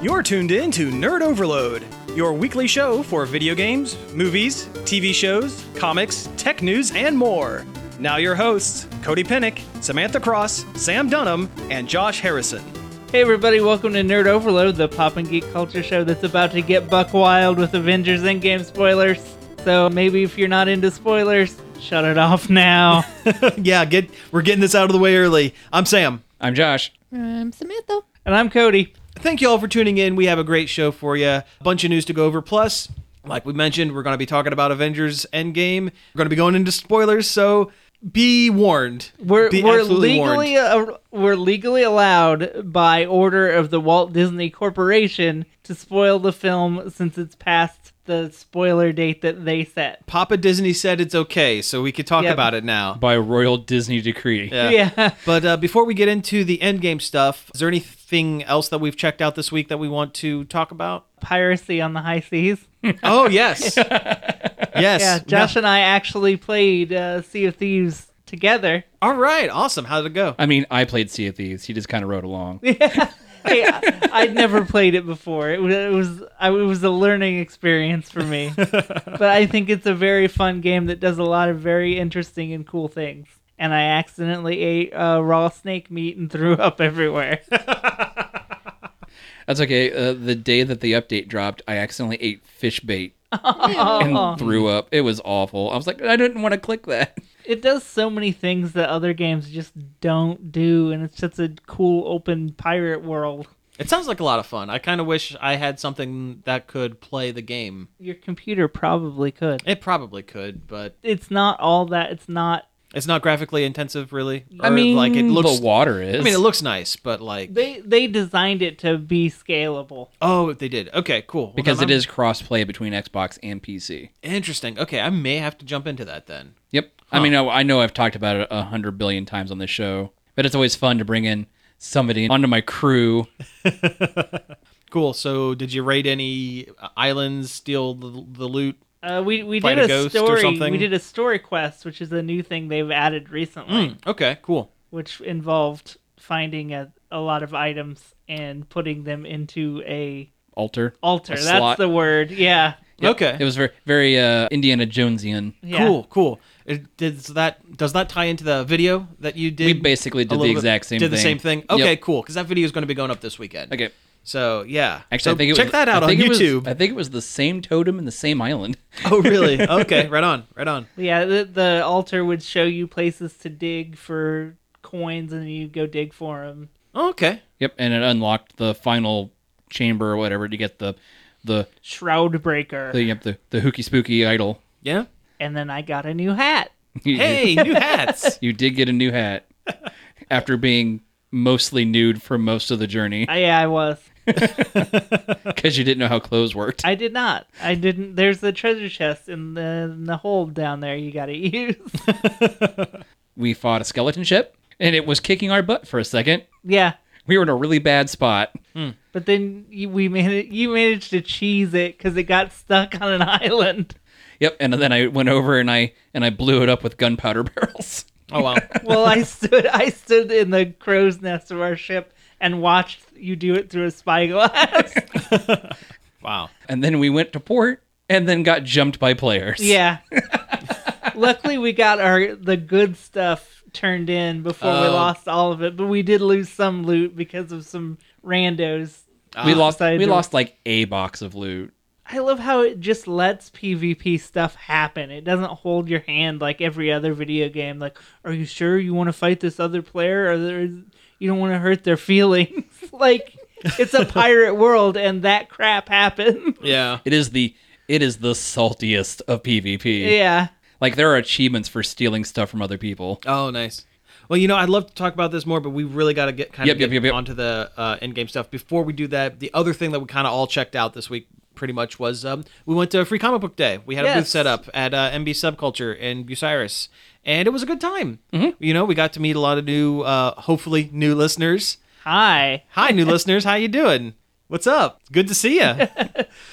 You're tuned in to Nerd Overload, your weekly show for video games, movies, TV shows, comics, tech news, and more. Now, your hosts, Cody Pennick, Samantha Cross, Sam Dunham, and Josh Harrison. Hey everybody, welcome to Nerd Overload, the pop and geek culture show that's about to get buck wild with Avengers Endgame spoilers. So maybe if you're not into spoilers, shut it off now. yeah, get we're getting this out of the way early. I'm Sam. I'm Josh. I'm Samantha. and I'm Cody. Thank you all for tuning in. We have a great show for you. A bunch of news to go over. Plus, like we mentioned, we're going to be talking about Avengers Endgame. We're going to be going into spoilers, so be warned. We're, be we're absolutely legally uh, we're legally allowed by order of the Walt Disney Corporation to spoil the film since it's past the spoiler date that they set. Papa Disney said it's okay, so we could talk Yep. about it now. By royal Disney decree. Yeah. But uh, before we get into the Endgame stuff, is there anything else that we've checked out this week that we want to talk about? Piracy on the high seas. Oh yes, yes. Yeah, Josh and I actually played uh, Sea of Thieves together. All right, awesome. How did it go? I mean, I played Sea of Thieves. He just kind of rode along. Hey, I, I'd never played it before. It was, it was I, it was a learning experience for me. but I think it's a very fun game that does a lot of very interesting and cool things. And I accidentally ate uh, raw snake meat and threw up everywhere. That's okay. Uh, the day that the update dropped, I accidentally ate fish bait Uh-uh. and threw up. It was awful. I was like, I didn't want to click that. it does so many things that other games just don't do, and it's such a cool open pirate world. It sounds like a lot of fun. I kind of wish I had something that could play the game. Your computer probably could. It probably could, but It's not all that. It's not it's not graphically intensive, really. I Or, mean, like it looks. the water is. I mean, it looks nice, but like, they they designed it to be scalable. oh, they did. Okay, cool. Well, because then it I'm- is cross-play between Xbox and PC. interesting. Okay, I may have to jump into that then. Yep. I mean, I, I know I've talked about it a hundred billion times on this show, but it's always fun to bring in somebody onto my crew. Cool. So, did you raid any uh, islands? Steal the, the loot? Uh, we we Fight did a a, ghost or story. something? We did a story quest, which is a new thing they've added recently, Okay, cool. which involved finding a, a lot of items and putting them into a Alter. altar. A That's slot. the word. Yeah. Yep. Okay. It was very, very uh, Indiana Jonesian. yeah. Cool, cool. It, does that does that tie into the video that you did? We a basically did the little exact same Did the thing. same thing. Yep. Okay, cool. Because that video is going to be going up this weekend. Okay. So yeah, Actually, So I think it check was, that out I on think it was- YouTube. I think it was the same totem and the same island. oh, really? Okay, right on, right on. Yeah. The, the altar would show you places to dig for coins, and you go dig for them. Okay, Yep, and it unlocked the final chamber or whatever to get the the Shroud breaker. the yep, the, the hooky spooky idol. yeah. and then I got a new hat. You, Hey, new hats. you did get a new hat after being mostly nude for most of the journey I, yeah, I was. because you didn't know how clothes worked. I did not. I didn't. There's the treasure chest in the in the hold down there. You got to use. We fought a skeleton ship and it was kicking our butt for a second. yeah, We were in a really bad spot. but then you, we managed. You managed to cheese it because it got stuck on an island. Yep, and then I went over and I and I blew it up with gunpowder barrels. Oh wow. Well, I stood. I stood in the crow's nest of our ship and watched you do it through a spyglass. Wow. And then we went to port and then got jumped by players. yeah. Luckily, we got our the good stuff turned in before we Oh. lost all of it. But we did lose some loot because of some randos. We Ah. lost Decided we to- lost like a box of loot. I love how it just lets PvP stuff happen. It doesn't hold your hand like every other video game. Like, are you sure you want to fight this other player, or there is, you don't want to hurt their feelings? like, it's a pirate world, and that crap happens. Yeah. It is the it is the saltiest of PvP. yeah, Like there are achievements for stealing stuff from other people. Oh, nice. Well, you know, I'd love to talk about this more, but we really got to get kind of Yep, yep, get yep, yep. onto the uh, end game stuff. Before we do that, the other thing that we kind of all checked out this week pretty much was um, we went to Free Comic Book Day. We had a booth Yes. set up at uh, MB Subculture in Bucyrus, and it was a good time. Mm-hmm. You know, we got to meet a lot of new, uh, hopefully new listeners. hi. Hi, new listeners. How you doing? What's up? It's Good to see you.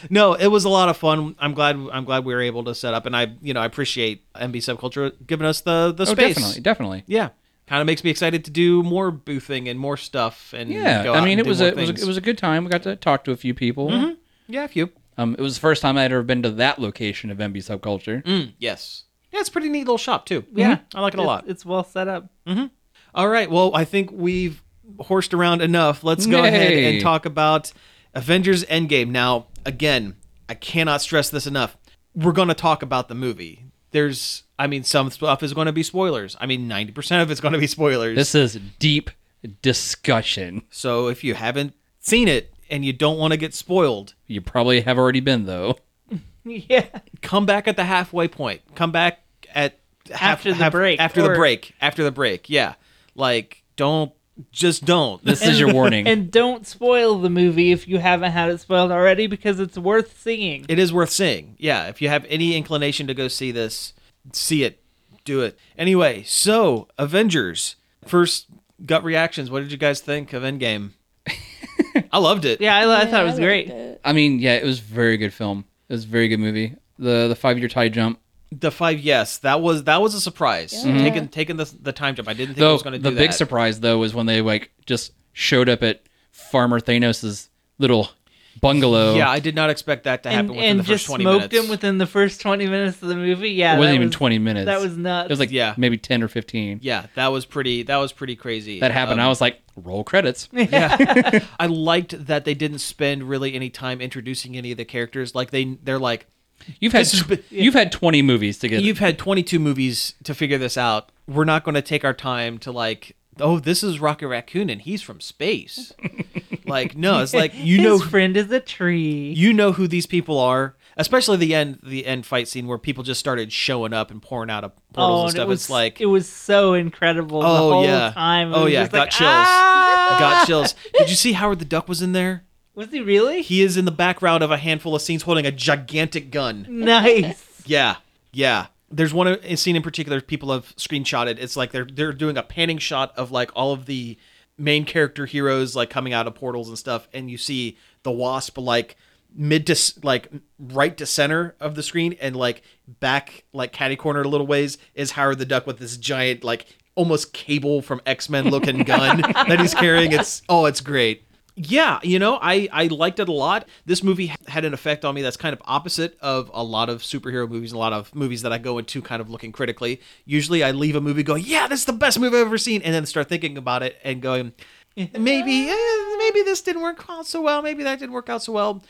no, it was a lot of fun. I'm glad. I'm glad we were able to set up, and I, you know, I appreciate MB Subculture giving us the the Oh, space. Mm-hmm. definitely, definitely. Yeah. kind of makes me excited to do more boothing and more stuff. And Yeah, go I out mean and it do was, more a, it was a things. Mm-hmm. it was a good time. We got to talk to a few people. yeah, a few. Um, it was the first time I'd ever been to that location of MB Subculture. Mm, yes, yeah, it's a pretty neat little shop too. Mm-hmm. Yeah. Mm-hmm. I like it a lot. It's well set up. All right. Well, I think we've horsed around enough. Let's go ahead Nay. and talk about Avengers Endgame. Now, again, I cannot stress this enough. We're going to talk about the movie. There's, I mean, some stuff is going to be spoilers. I mean, 90% of it's going to be spoilers. This is deep discussion. so if you haven't seen it and you don't want to get spoiled, You probably have already been though. Yeah. come back at the halfway point. Come back at half, After the half- break, After or- the break. After the break. Yeah. Like, don't, just don't. This is your warning. And don't spoil the movie if you haven't had it spoiled already because it's worth seeing. it is worth seeing. Yeah, if you have any inclination to go see this, see it, do it. Anyway, so Avengers first gut reactions. What did you guys think of Endgame? I loved it. yeah, I, I thought it was great. I mean, yeah, it was a very good film. It was a very good movie. The the five year tie jump. the five yes. That was that was a surprise. Taking taking the the time jump. I didn't think I Though was going to the do big that. surprise though was when they like just showed up at Farmer Thanos's little bungalow. Yeah, I did not expect that to happen And, within and the first just twenty smoked minutes. him within the first 20 minutes of the movie. Yeah. it wasn't that even was- twenty minutes. That was nuts. It was like Yeah. maybe ten or fifteen. yeah, that was pretty. That was pretty crazy. That happened. Um, I was like, roll credits. yeah i liked that they didn't spend really any time introducing any of the characters like they they're like You've had This is tw- b- you've had twenty movies to get. you've had 22 movies to figure this out. We're not going to take our time to like, oh, this is Rocket Raccoon and he's from space. like, no, it's like you His know, friend is a tree. you know who these people are. Especially the end, the end fight scene where people just started showing up and pouring out of portals and Oh, and stuff. It was, it's like, it was so incredible. oh the whole yeah, time. It oh was yeah, just got like, chills, "Ah!" got chills. Did you see Howard the Duck was in there? Was he really He is in the background of a handful of scenes holding a gigantic gun. nice? Yeah, yeah. There's one uh, scene in particular people have screenshotted. It's like they're they're doing a panning shot of like all of the main character heroes like coming out of portals and stuff, and you see the wasp like mid to s- like right to center of the screen, and like back like catty cornered a little ways is Howard the Duck with this giant like almost cable from X Men looking gun that he's carrying. It's oh, it's great. Yeah, you know, I I liked it a lot. This movie had an effect on me that's kind of opposite of a lot of superhero movies and a lot of movies that I go into kind of looking critically. Usually I leave a movie going, "Yeah, this is the best movie I've ever seen," and then start thinking about it and going, "Maybe eh, maybe this didn't work out so well, maybe that didn't work out so well."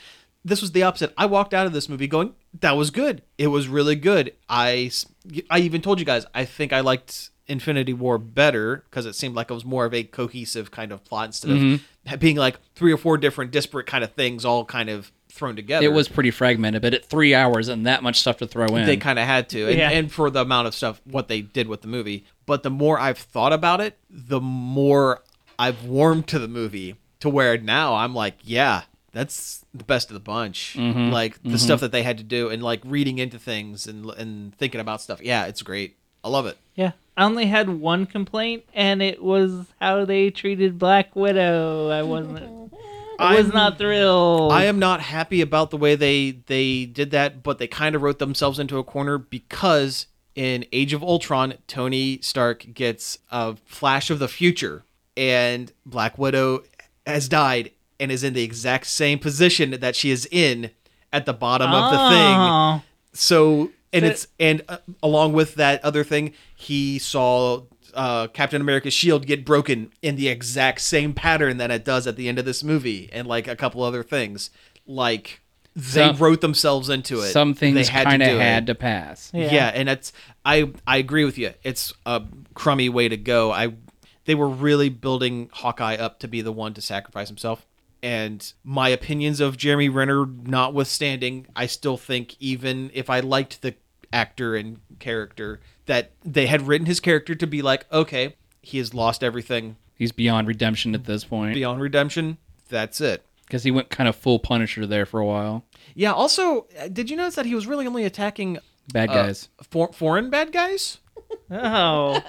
This was the opposite. I walked out of this movie going, "That was good. It was really good." I s- I even told you guys, I think I liked Infinity War better because it seemed like it was more of a cohesive kind of plot instead Mm-hmm. of being like three or four different disparate kind of things all kind of thrown together. It was pretty fragmented, but at three hours and that much stuff to throw in. they kind of had to, and, Yeah. and for the amount of stuff what they did with the movie. But the more I've thought about it, the more I've warmed to the movie to where now I'm like, yeah, that's the best of the bunch. Like the stuff that they had to do, and like reading into things and and thinking about stuff. Yeah, it's great. I love it. Yeah, I only had one complaint, and it was how they treated Black Widow. I wasn't. I was I'm- not thrilled. I am not happy about the way they they did that, but they kind of wrote themselves into a corner because in Age of Ultron, Tony Stark gets a flash of the future, and Black Widow has died and is in the exact same position that she is in at the bottom of the thing. Oh. So and So- it's and uh, along with that other thing, he saw uh, Captain America's shield get broken in the exact same pattern that it does at the end of this movie, and like a couple other things. Like they Some- wrote themselves into it. Some things They had to kind of do it. had to pass. Yeah. and it's I I agree with you. It's a crummy way to go. I they were really building Hawkeye up to be the one to sacrifice himself. And my opinions of Jeremy Renner notwithstanding, I still think even if I liked the actor and character that they had written his character to be like, okay, he has lost everything He's beyond redemption at this point beyond redemption. That's it. because he went kind of full Punisher there for a while. Yeah. Also, uh, did you notice that he was really only attacking Bad uh, guys. for- foreign bad guys? Oh,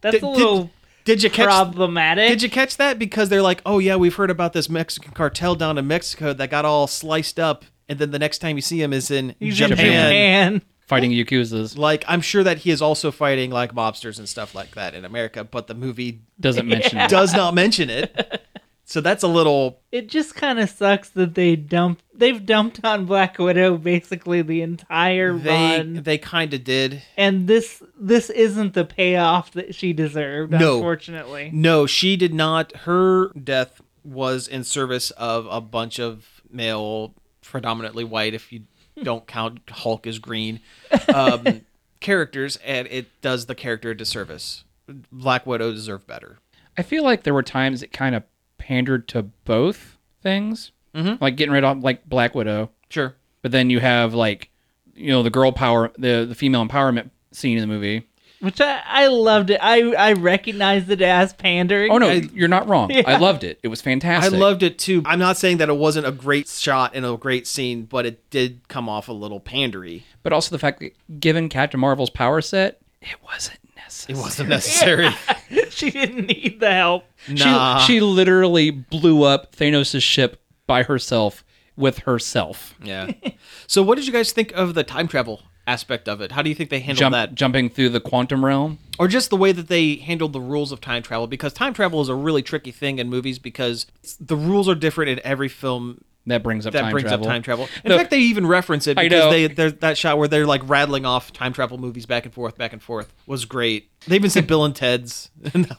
that's Did- a little Did you catch problematic. Did you catch that? Because they're like, oh yeah, we've heard about this Mexican cartel down in Mexico that got all sliced up, and then the next time you see him is in He's Japan. in Japan. fighting Yakuzas. Like I'm sure that he is also fighting like mobsters and stuff like that in America, but the movie Doesn't mention it. does not mention it. So that's a little It just kind of sucks that they dump. They've dumped on Black Widow basically the entire they run, they kind of did. and this this isn't the payoff that she deserved. No. Unfortunately, No, she did not. Her death was in service of a bunch of male, predominantly white, if you don't count Hulk as green, um, characters, and it does the character a disservice. Black Widow deserved better. I feel like there were times it kind of pandered to both things, Mm-hmm. like getting rid of like Black Widow, Sure. but then you have like you know the girl power, the the female empowerment scene in the movie. which I, I loved it. I I recognized it as pandering. Oh no, I- you're not wrong. I loved it. It was I fantastic. loved it too. I'm not saying that it wasn't a great shot and a great scene, but it did come off a little pandery. but also the fact that given Captain Marvel's power set, it wasn't necessary. It wasn't necessary. she didn't need the help. nah. She she literally blew up Thanos' ship by herself with herself. yeah. So, what did you guys think of the time travel aspect of it? How do you think they handled Jump, that? jumping through the quantum realm. or just the way that they handled the rules of time travel because time travel is a really tricky thing in movies because it's- the rules are different in every film That brings up that time brings travel. up time travel. In No. fact, they even reference it I because know. they there's that shot where they're like rattling off time travel movies back and forth, back and forth was great. They even said Bill and Ted's.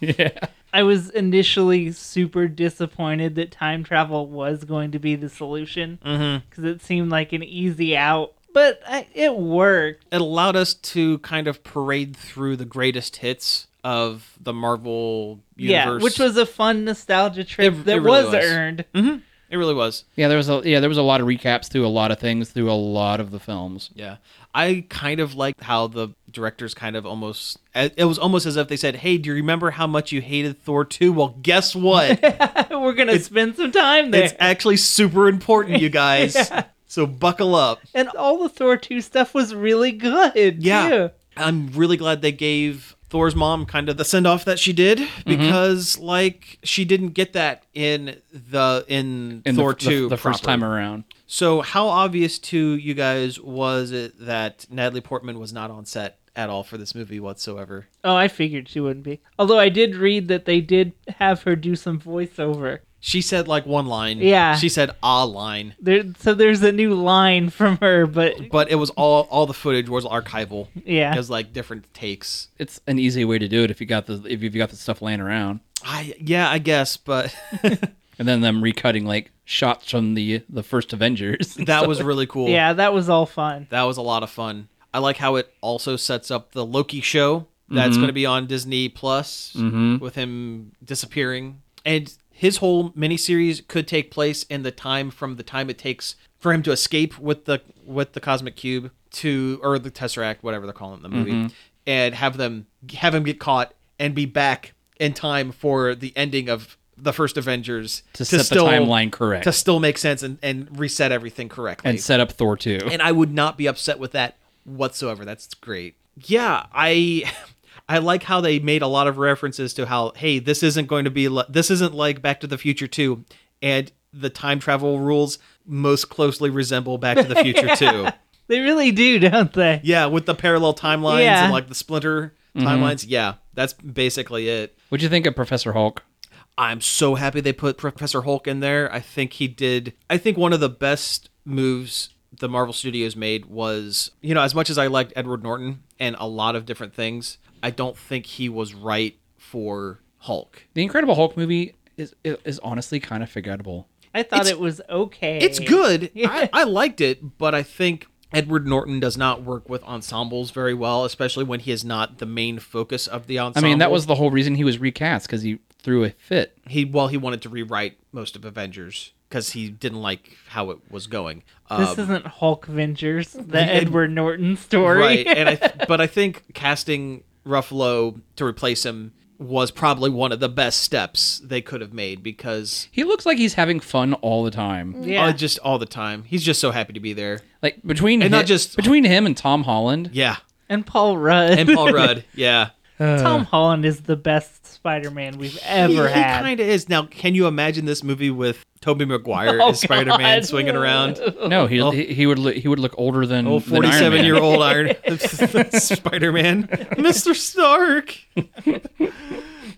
I was initially super disappointed that time travel was going to be the solution because Mm-hmm. it seemed like an easy out, but I, it worked. it allowed us to kind of parade through the greatest hits of the Marvel universe. Yeah, which was a fun nostalgia trip It- it that really was, was. earned. it really was. Yeah, there was a yeah, there was a lot of recaps through a lot of things through a lot of the films. Yeah. I kind of liked how the directors kind of almost it was almost as if they said, "Hey, do you remember how much you hated Thor 2? Well, guess what? We're gonna spend some time there, it's actually super important, you guys. So buckle up." and all the Thor two stuff was really good. Yeah. too. I'm really glad they gave Thor's mom kind of the send-off that she did because like she didn't get that in the in, In the- Thor the, 2 the, first proper. time around. So, how obvious to you guys was it that Natalie Portman was not on set at all for this movie whatsoever? Oh, I figured she wouldn't be. Although I did read that they did have her do some voiceover. She said like one line. Yeah. She said ah line, There, so there's a new line from her, but but it was all all the footage was archival. Yeah. It was like different takes. It's an easy way to do it if you got the if you've got the stuff laying around. I yeah, I guess, but And then them recutting like shots from the the first Avengers. that was really cool. yeah, that was all fun. That was a lot of fun. I like how it also sets up the Loki show that's Mm-hmm. going to be on Disney Plus with him disappearing. And his whole miniseries could take place in the time from the time it takes for him to escape with the with the cosmic cube to or the tesseract whatever they're calling it in the movie Mm-hmm. and have them have him get caught and be back in time for the ending of the first Avengers To set the timeline correct. to still make sense and, and reset everything correctly and set up Thor 2. and I would not be upset with that whatsoever. That's great. Yeah, I I like how they made a lot of references to how hey, this isn't going to be li- this isn't like Back to the Future 2 and the time travel rules most closely resemble Back to the Future 2. They really do, don't they? Yeah, with the parallel timelines Yeah. and like the splinter timelines. Yeah, that's basically it. What'd you think of Professor Hulk? I'm so happy they put Professor Hulk in there. I think he did. I think one of the best moves the Marvel Studios made was, you know, as much as I liked Edward Norton and a lot of different things, I don't think he was right for Hulk. The Incredible Hulk movie is is, is honestly kind of forgettable. I thought It's- it was okay. It's good. Yeah. I, I liked it, but I think Edward Norton does not work with ensembles very well, especially when he is not the main focus of the I ensemble. mean, that was the whole reason he was recast because he threw a fit. he well he wanted to rewrite most of Avengers because he didn't like how it was going. This Um, isn't Hulk Ventures, the Edward Norton story. Right, and I th- but I think casting Ruffalo to replace him was probably one of the best steps they could have made because He looks like he's having fun all the time. yeah. oh, just all the time he's just so happy to be there. Like between And hi- not just- between him and Tom Holland. Yeah, and Paul Rudd. and Paul Rudd. Yeah, Tom Holland is the best Spider-Man we've ever he, had. kind of is. Now, can you imagine this movie with Tobey Maguire Oh, as Spider Man God. swinging around? No, Oh. he, he he would look, he would look older than Old than Iron Man. 47 year old Iron Spider Man. Mr. Stark.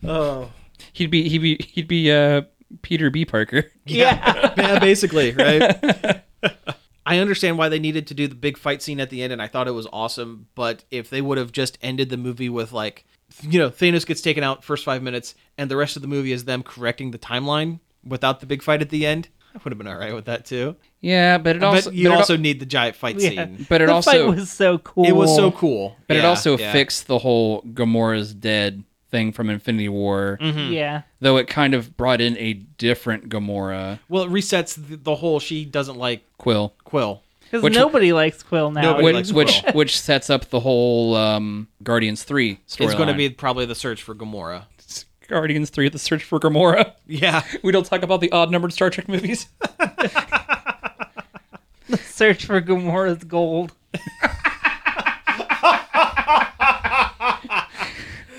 oh. He'd be he'd be he'd be uh, Peter B. Parker. yeah. Yeah, basically, right? I understand why they needed to do the big fight scene at the end, and I thought it was awesome. But if they would have just ended the movie with, like, you know, Thanos gets taken out first five minutes, and the rest of the movie is them correcting the timeline without the big fight at the end, I would have been all right with that, too. Yeah, but it also but you but it also al- need the giant fight Yeah. scene. but it the also fight was so cool. It was so cool. but it Yeah, also yeah. fixed the whole Gamora's dead thing from Infinity War, Mm-hmm. Yeah. though it kind of brought in a different Gamora Well, it resets the, the whole she doesn't like Quill, Quill. Because Which- nobody likes Quill now. Nobody which likes which, Quill. which sets up the whole um, Guardians Three storyline. It's going to be probably the search for Gamora. Guardians Three: The Search for Gamora. Yeah. We don't talk about the odd numbered Star Trek movies. Search for Gamora's gold.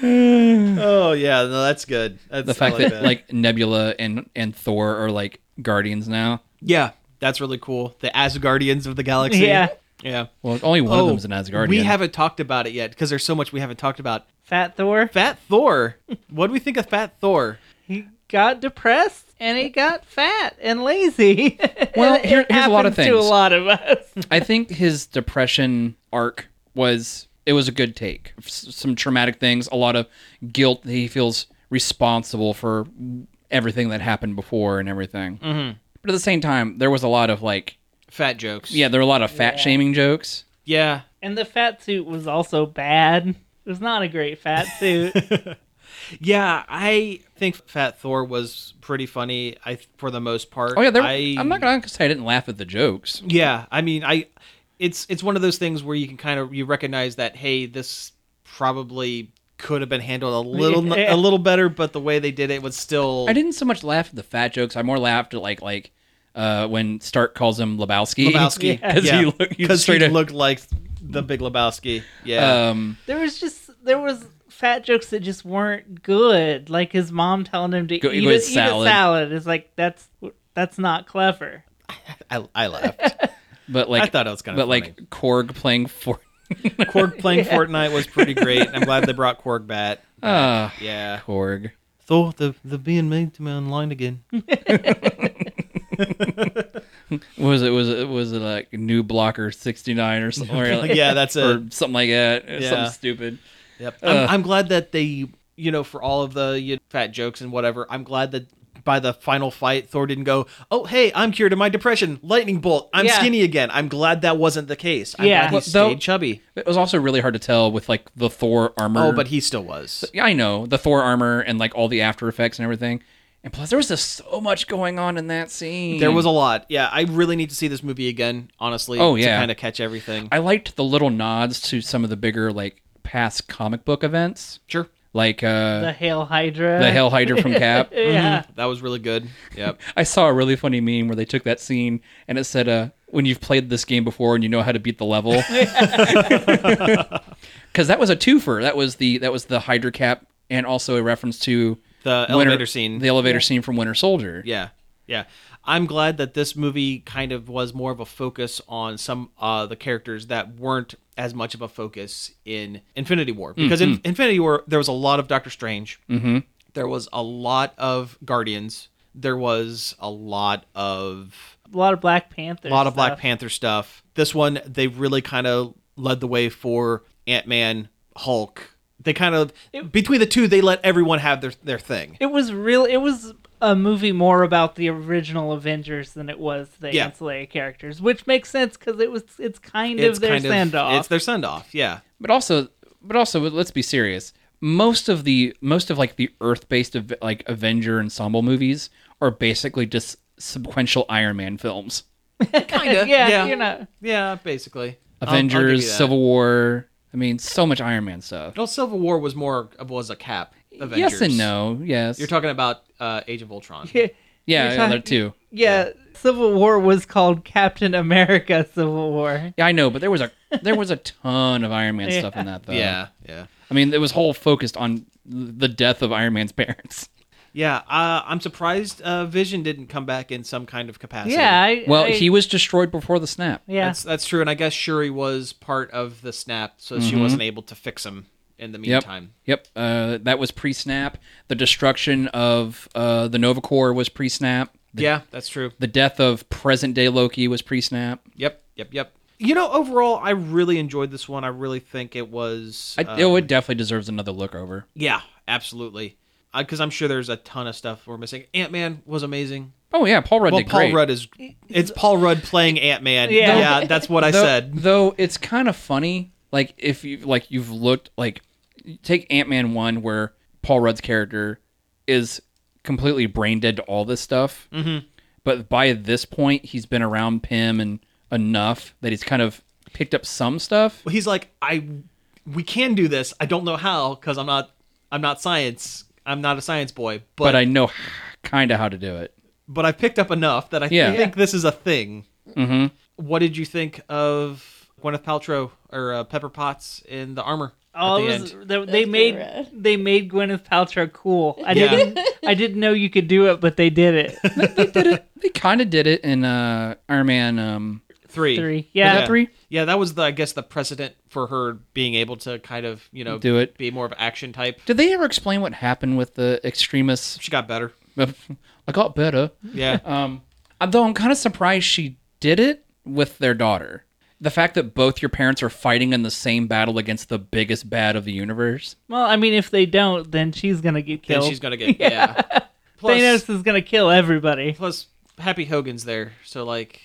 Oh yeah, no, that's good. That's, the fact I that like Nebula and and Thor are like Guardians now. yeah, that's really cool. The Asgardians of the galaxy. Yeah. yeah. Well, only one Oh, of them's an Asgardian. We haven't talked about it yet because there's so much we haven't talked about. Fat Thor. Fat Thor. what do we think of Fat Thor? He got depressed and he got fat and lazy. Well, And it here- here's a lot of happens To a things. lot of us. I think his depression arc was it was a good take. S- some traumatic things, a lot of guilt that he feels responsible for everything that happened before and everything. Mm-hmm. But at the same time, there was a lot of like, Fat jokes. yeah, there were a lot of fat Yeah. shaming jokes. Yeah. And the fat suit was also bad. It was not a great fat suit. Yeah. I think Fat Thor was pretty funny. I for the most part. Oh yeah, there, I, I'm not gonna say I didn't laugh at the jokes. Yeah, I mean, I it's it's one of those things where you can kind of you recognize that hey, this probably could have been handled a little Yeah. a little better, but the way they did it was still I didn't so much laugh at the fat jokes. I more laughed at like like uh, when Stark calls him Lebowski. Lebowski because Yeah. he looked he 'Cause straight he up. looked like the Big Lebowski. Yeah, um, there was just there was fat jokes that just weren't good. Like his mom telling him to Go- eat, go a, eat salad. eat a salad. It's like that's that's not clever. I, I laughed. but Uh, like I thought it was kind but of like Korg playing for. Korg playing Fortnite was pretty great. I'm glad they brought Korg back. Ah, Yeah, Korg. Thor, the the being made to me online again. Hmm. Was it was it was it like new blocker sixty nine or something? Or like, yeah, that's it. or something like that. Yeah. Something stupid. Yep. I'm, Uh. I'm glad that they, you know, for all of the you know, fat jokes and whatever, I'm glad that by the final fight, Thor didn't go, oh, hey, I'm cured of my depression. Lightning bolt. I'm Yeah. skinny again. I'm glad that wasn't the case. I'm Yeah. glad he Well, though- stayed chubby. It was also really hard to tell with like the Thor armor. Oh, but he still was. yeah, I know the Thor armor and like all the after effects and everything. And plus, there was just so much going on in that scene. There was a lot. Yeah, I really need to see this movie again, honestly, Mm. Oh, to yeah. kind of catch everything. I liked the little nods to some of the bigger like past comic book events, sure. like The uh, Hail Hydra. the, Hell Hydra from Cap. Yeah. Mm-hmm. That was really good. Yep. I saw a really funny meme where they took that scene and it said, uh, "When you've played this game before and you know how to beat the level," because that was a twofer. That was the that was the Hydra cap and also a reference to The Winter- elevator scene. the elevator scene from Winter Soldier. Yeah. Yeah. I'm glad that this movie kind of was more of a focus on some uh the characters that weren't as much of a focus in Infinity War because in Mm-hmm. Infinity War there was a lot of Doctor Strange. Mm-hmm. There was a lot of Guardians. There was a lot of Mm-hmm. A lot of Black Panther. a lot of Black stuff. Panther stuff. This one they really kind of led the way for Ant-Man, Hulk. They kind of between the two they let everyone have their their thing. It was real. It was a movie more about the original Avengers than it was the Yeah. ancillary characters, which makes sense because it was it's kind of their kind of- send off. It's their send off. Yeah. but also but also let's be serious most of the most of like the earth-based av- like avenger ensemble movies are basically just sequential iron man films Kinda. yeah, you know. Yeah, basically. I'll- I'll give avengers you that. civil war i mean so much iron man stuff No, Civil War was more of was a cap. Avengers. yes and no yes You're talking about uh, Age of Ultron. Yeah, yeah you're yeah, talking- that too yeah. Civil War was called Captain America Civil War. yeah i know but there was a there was a ton of Iron Man stuff in that though. yeah, yeah, I mean, it was whole focused on the death of Iron Man's parents. yeah. Uh, I'm surprised uh, Vision didn't come back in some kind of capacity. yeah. I, Well, I- he was destroyed before the snap. Yeah. That's that's true, and I guess Shuri was part of the snap, so she wasn't able to fix him in the Mm-hmm. Yep. meantime. Yep. Uh, that was pre-snap. The destruction of uh, the Nova Corps was pre-snap. The, Yeah, that's true. the death of present-day Loki was pre-snap. Yep, yep, yep. You know, overall, I really enjoyed this one. I really think it was. I, uh, oh, it definitely deserves another look over. yeah, absolutely. Because I'm sure there's a ton of stuff we're missing. Ant Man was amazing. Oh yeah, Paul Rudd well, did Paul great. Rudd is. It's Paul Rudd playing Ant Man. Yeah. Yeah. that's what I though, said. Though it's kind of funny, like if you like you've looked like take Ant Man one where Paul Rudd's character is completely brain dead to all this stuff, mm-hmm. but by this point he's been around Pym and enough that he's kind of picked up some stuff. He's like, I. We can do this. I don't know how because I'm not. I'm not science. I'm not a science boy. But, but I know kind of how to do it. but I've picked up enough that I Yeah. think this is a thing. Mm-hmm. What did you think of Gwyneth Paltrow or uh, Pepper Potts in the armor Oh, at the it was, end? they, they pretty made rad. they made Gwyneth Paltrow cool. I Yeah. didn't I didn't know you could do it, but they did it. They kind of did it in uh, Iron Man. Um, Three. Three, yeah. Was that three? Yeah, that was the I guess the precedent for her being able to kind of you know Do it. be more of an action type. did they ever explain what happened with the extremists? She got better. I got better. Yeah, Um, though I'm kind of surprised she did it with their daughter. The fact that both your parents are fighting in the same battle against the biggest bad of the universe. Well, I mean, if they don't, then she's gonna get then killed. she's gonna get yeah. Plus, Thanos is gonna kill everybody. plus Happy Hogan's there, so like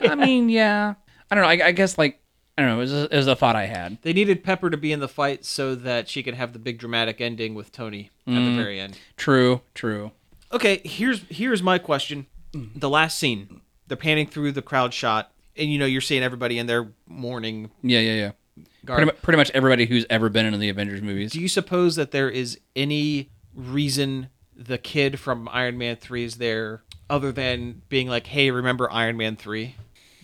I mean, yeah. I don't know. I, I guess like I don't know. It was, a, it was a thought I had. they needed Pepper to be in the fight so that she could have the big dramatic ending with Tony at Mm-hmm. the very end. True. True. okay here's here's my question Mm-hmm. the last scene they're panning through the crowd shot and you know you're seeing everybody in their mourning Yeah. Yeah. Yeah. Pretty, garb mu- pretty much everybody who's ever been in the Avengers movies. do you suppose that there is any reason the kid from iron man 3 is there other than being like hey remember iron man 3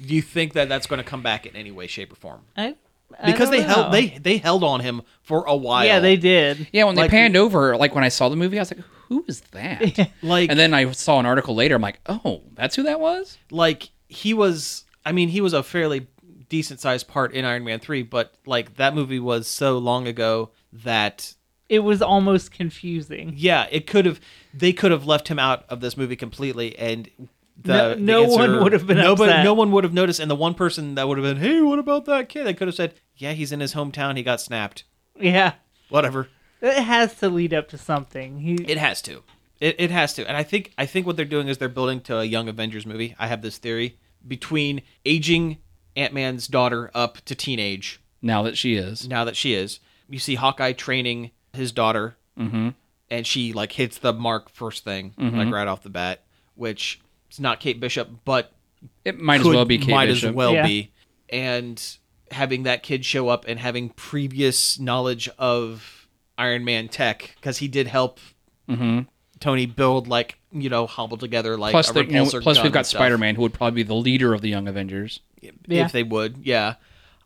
do you think that that's going to come back in any way shape or form I, I because don't they held know. they they held on him for a while yeah they did. Yeah, when Like- they panned over, like when I saw the movie, I was like, "Who is that?" like and then I saw an article later. I'm like, "Oh, that's who that was." like he was i mean he was a fairly decent sized part in iron man 3 but like that movie was so long ago that It was almost confusing. yeah it could have they could have left him out of this movie completely and No- the the no one answer- would have been nobody, upset. no one would have noticed and the one person that would have been hey what about that kid they could have said yeah he's in his hometown he got snapped Yeah, whatever it has to lead up to something. He, It has to. It, it has to. And I think I think what they're doing is they're building to a young Avengers movie. I have this theory between aging Ant Man's daughter up to teenage Now that she is, now that she is. You see Hawkeye training his daughter, Mm-hmm. and she like hits the mark first thing like right off the bat, which it's not Kate Bishop, but it might could- as well be Kate might Bishop. as well Yeah. be. And having that kid show up and having previous knowledge of Iron Man tech because he did help Tony build like you know hobble together like Mm-hmm. Plus, a the, you know, repulsor plus gun we've and got stuff, Spider Man, who would probably be the leader of the Young Avengers. Yeah. if they would yeah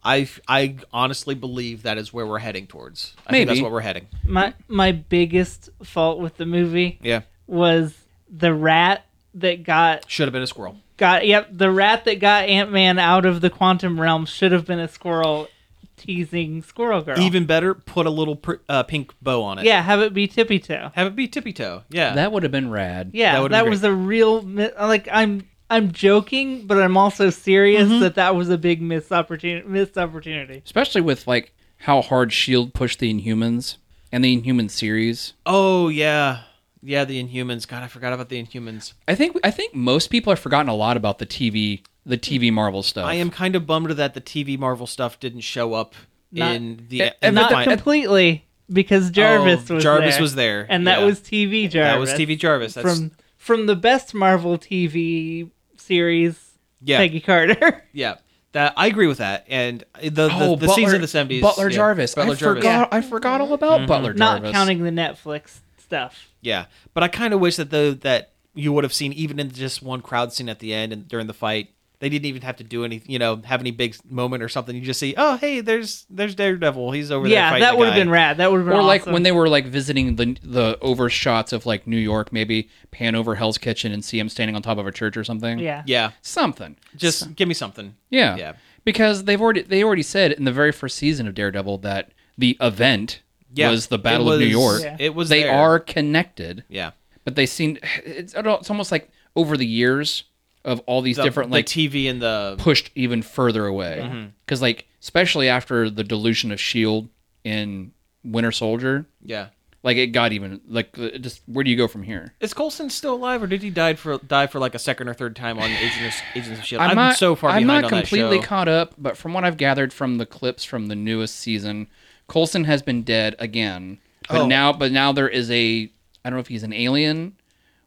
I I honestly believe that is where we're heading towards I think that's Maybe. what we're heading my my biggest fault with the movie yeah was the rat that got should have been a squirrel Got yep. The rat that got Ant Man out of the quantum realm should have been a squirrel teasing Squirrel Girl. even better put a little pr- uh, pink bow on it yeah, have it be Tippy Toe. have it be tippy toe yeah That would have been rad. Yeah, That would've that, been was a real mi- like I'm I'm joking, but I'm also serious Mm-hmm. that that was a big missed opportunity. Missed opportunity. especially with like how hard Shield E pushed the Inhumans and the Inhuman series. oh yeah yeah the Inhumans God I forgot about the Inhumans I think I think most people have forgotten a lot about the TV the TV Marvel stuff. I am kind of bummed that the TV Marvel stuff didn't show up Not- e-, in the And- in and the Not fi- completely because Jarvis Oh, was Jarvis there. was there, and that yeah. was TV Jarvis. That was TV Jarvis. That's, from from the best Marvel TV series, yeah, Peggy Carter. yeah. That I agree with that. And the the, Oh, the scenes in the seventies, Butler Jarvis. Butler I Jarvis. Mm-hmm. forgot. I forgot all about Butler Not Jarvis. counting the Netflix stuff. Yeah, but I kind of wish that though that you would have seen even in just one crowd scene at the end and during the fight They didn't even have to do any, you know, have any big moment or something. You just see, oh hey, there's there's Daredevil. He's over there. yeah, fighting that the would have guy." been rad. That would have been or like awesome. when they were like visiting the the overshots of like New York, maybe pan over Hell's Kitchen and see him standing on top of a church or something. yeah Yeah, something. just give me something. Yeah. Yeah. Because they've already they already said in the very first season of Daredevil that the event Yeah, was the it Battle of New was- York. Yeah. It was They there. are connected, Yeah, but they seem it's, I don't- it's almost like over the years of all these the, different the Mm-hmm. like TV and the pushed even further away. Because like especially after the dilution of Shield E in Winter Soldier, yeah. like it got even like it just where do you go from here? Is Colson still alive, or did he die for die for like a second or third time on Agents of, Agents of Shield? I'm, not so far behind I'm not on completely that show. caught up, but from what I've gathered from the clips from the newest season, Colson has been dead again. But Oh. now, but now there is a I don't know if he's an alien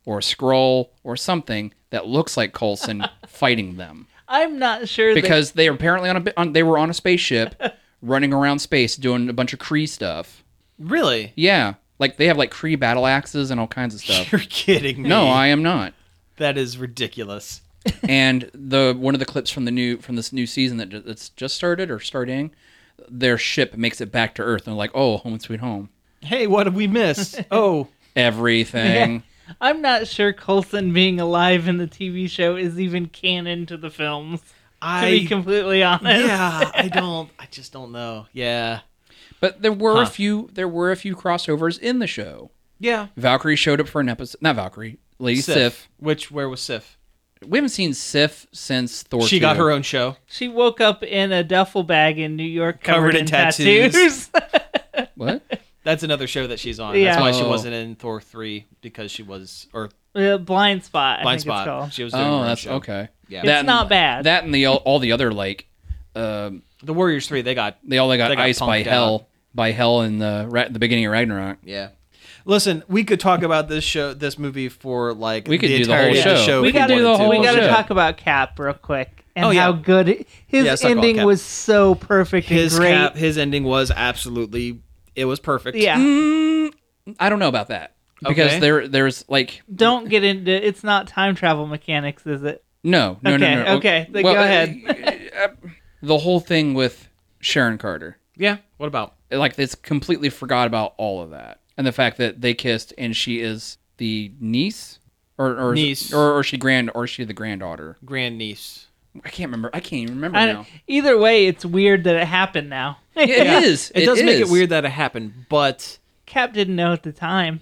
or a scroll or something that looks like Colson fighting them i'm not sure that because they are apparently on a bi- on, they were on a spaceship running around space doing a bunch of Kree stuff. really. Yeah, like they have like Kree battle axes and all kinds of stuff. You're kidding me. no, I am not. That is ridiculous. and the one of the clips from the new from this new season that ju- that's just started or starting, their ship makes it back to Earth, and they're like, "Oh, home sweet home." Hey, what did we miss? oh, Everything. I'm not sure Coulson being alive in the TV show is even canon to the films. To be I completely honest, yeah, I don't. I just don't know. Yeah, But there were a Huh. few there were a few crossovers in the show. yeah. Valkyrie showed up for an episode. Not Valkyrie, Lady Sif. Which where was Sif? We haven't seen Sif since Thor. She 2. got her own show. she woke up in a duffel bag in New York, covered, Covered in in, tattoos. What? That's another show that she's on. Yeah. That's why she Oh. wasn't in Thor three because she was or Uh, blind spot. I Blind think It's, Spot. called. She was doing her Oh, own that's show. okay. Yeah. It's and- not bad. That and the all all the other like, um, The Warriors three they got they all they got, They got iced by punked hell by hell in the ra- the beginning of Ragnarok. yeah. Listen, we could talk about this show, this movie for like We could the do the entirety whole of the show. show. We if could gotta- do the wanted to. whole we gotta show. talk about Cap real quick and Oh, yeah. how good it- his Yeah, let's talk about ending Cap. was. So perfect His and great. cap, Mm. his ending was absolutely. It was perfect. yeah, Mm, I don't know about that because Okay. there there's like don't get into. It's not time travel mechanics, is it? no no Okay, no no okay, then go ahead. the whole thing with Sharon Carter, yeah. What about? like it's completely forgot about all of that and the fact that they kissed and she is the niece or or Niece. or, or she grand or she the granddaughter. grandniece. I can't remember. I can't even remember I now. don't, either way, it's weird that it happened now. It is. It, does make it is. weird that it happened, but Cap didn't know at the time.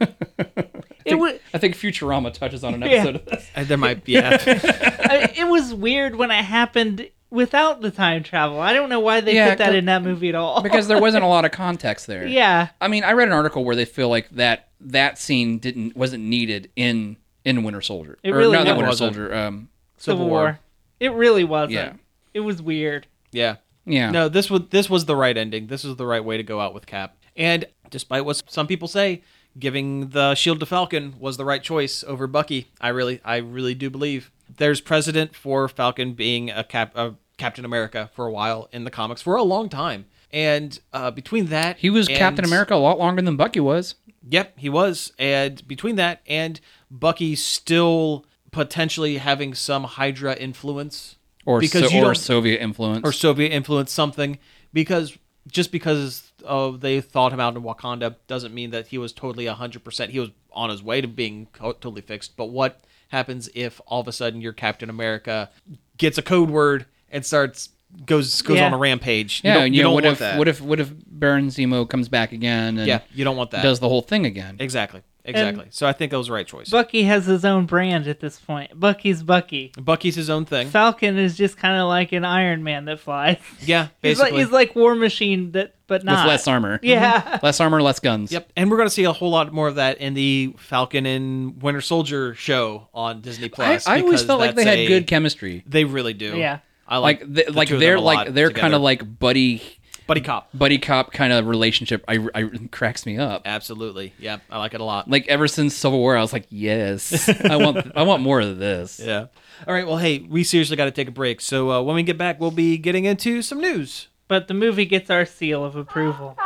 I it think, was I think Futurama touches on an Yeah. episode of this. uh, there might be. Yeah. it was weird when it happened without the time travel. I don't know why they Yeah, put that c- in that movie at all. because there wasn't a lot of context there. yeah, I mean, I read an article where they feel like that that scene didn't wasn't needed in in Winter Soldier. It really or not in wasn't. Winter Soldier. Um, Civil War. It really wasn't. Yeah. It was weird. yeah. yeah. No, this was this was the right ending. This was the right way to go out with Cap. And despite what some people say, giving the shield to Falcon was the right choice over Bucky. I really I really do believe there's precedent for Falcon being a cap a Captain America for a while in the comics for a long time. And uh, between that, He was and- Captain America a lot longer than Bucky was. Yep, he was. And between that and Bucky still potentially having some Hydra influence Or because so- you or don't- Soviet influence. or Soviet influence something because just because of they thought him out in Wakanda doesn't mean that he was totally 100% he was on his way to being co- totally fixed but what happens if all of a sudden your Captain America gets a code word and starts goes goes Yeah. on a rampage yeah, you don't, and, you you know, don't what want if that what if what if Baron Zemo comes back again and yeah you don't want that does the whole thing again? exactly exactly so I think that was the right choice Bucky has his own brand at this point. Bucky's Bucky. Bucky's his own thing Falcon is just kind of like an Iron Man that flies. yeah He's like, basically he's like War Machine, that but With not. less armor. Yeah. Less armor, less guns. Yep, and we're gonna see a whole lot more of that in the Falcon and Winter Soldier show on Disney I, Plus. I always because felt like they that's had a- good chemistry. They really do. Yeah. I like Like they, the like two of they're them a like lot they're together. kind of like buddy buddy cop. buddy cop kind of relationship. I, I it cracks me up. Absolutely. Yeah, I like it a lot. Like ever since Civil War, I was like, yes, I want I want more of this. yeah. All right. Well, hey, we seriously got to take a break. So uh, when we get back, we'll be getting into some news. But the movie gets our seal of approval.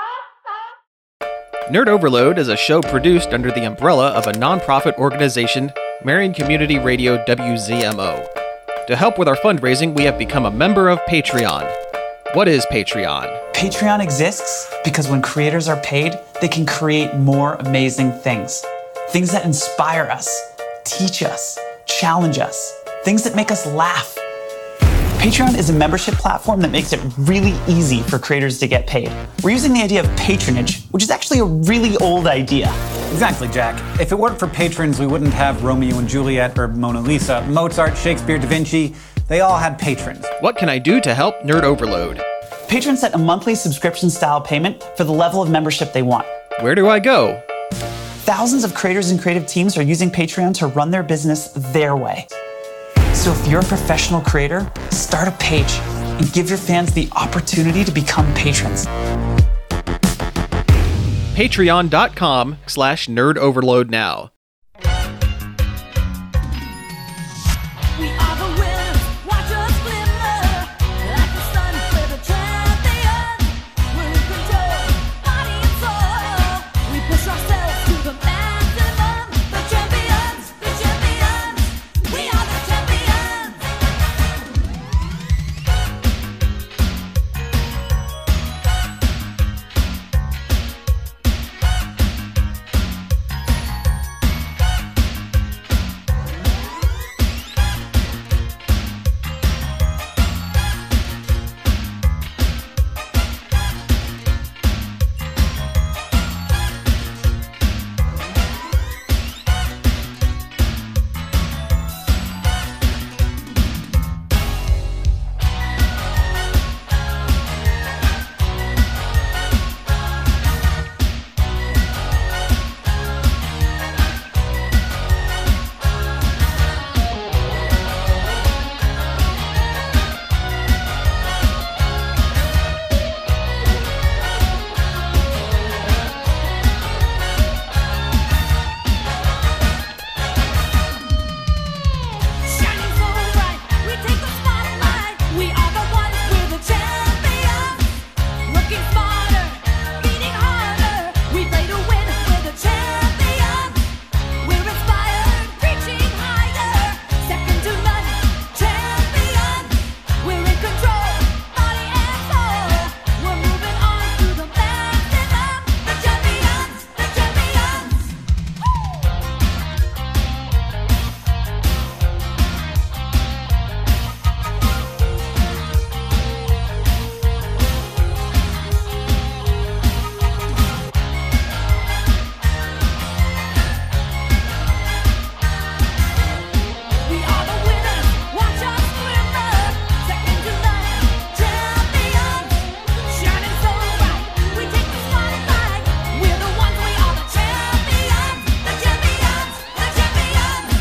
Nerd Overload is a show produced under the umbrella of a nonprofit organization, Marion Community Radio WZMO. To help with our fundraising, we have become a member of Patreon. What is Patreon? Patreon exists because when creators are paid, they can create more amazing things. Things that inspire us, teach us, challenge us, things that make us laugh. Patreon is a membership platform that makes it really easy for creators to get paid. We're using the idea of patronage, which is actually a really old idea. Exactly, Jack. If it weren't for patrons, we wouldn't have Romeo and Juliet or Mona Lisa, Mozart, Shakespeare, Da Vinci. They all had patrons. What can I do to help Nerd Overload? Patrons set a monthly subscription style payment for the level of membership they want. Where do I go? Thousands of creators and creative teams are using Patreon to run their business their way. So if you're a professional creator, start a page and give your fans the opportunity to become patrons. Patreon.com slash Nerd Overload now. We are the winners. Watch us glimmer like the sun. We're the champions. We're in control, body and soul. We push ourselves to the maximum. The champions, the champions. We are the champions. Shining so bright, we take the spotlight. We are the ones, we're the champions. Looking smarter, beating harder. We play to win, we're the champions. We're inspired, reaching higher. Second to none, champions. We're in control, body and soul. We're moving on to the maximum. The champions, the champions. We are the winners. Watch us glimmer. Second to none, champions. Shining so bright, we take the spotlight. We're the ones. We are the champions. The champions. The champions.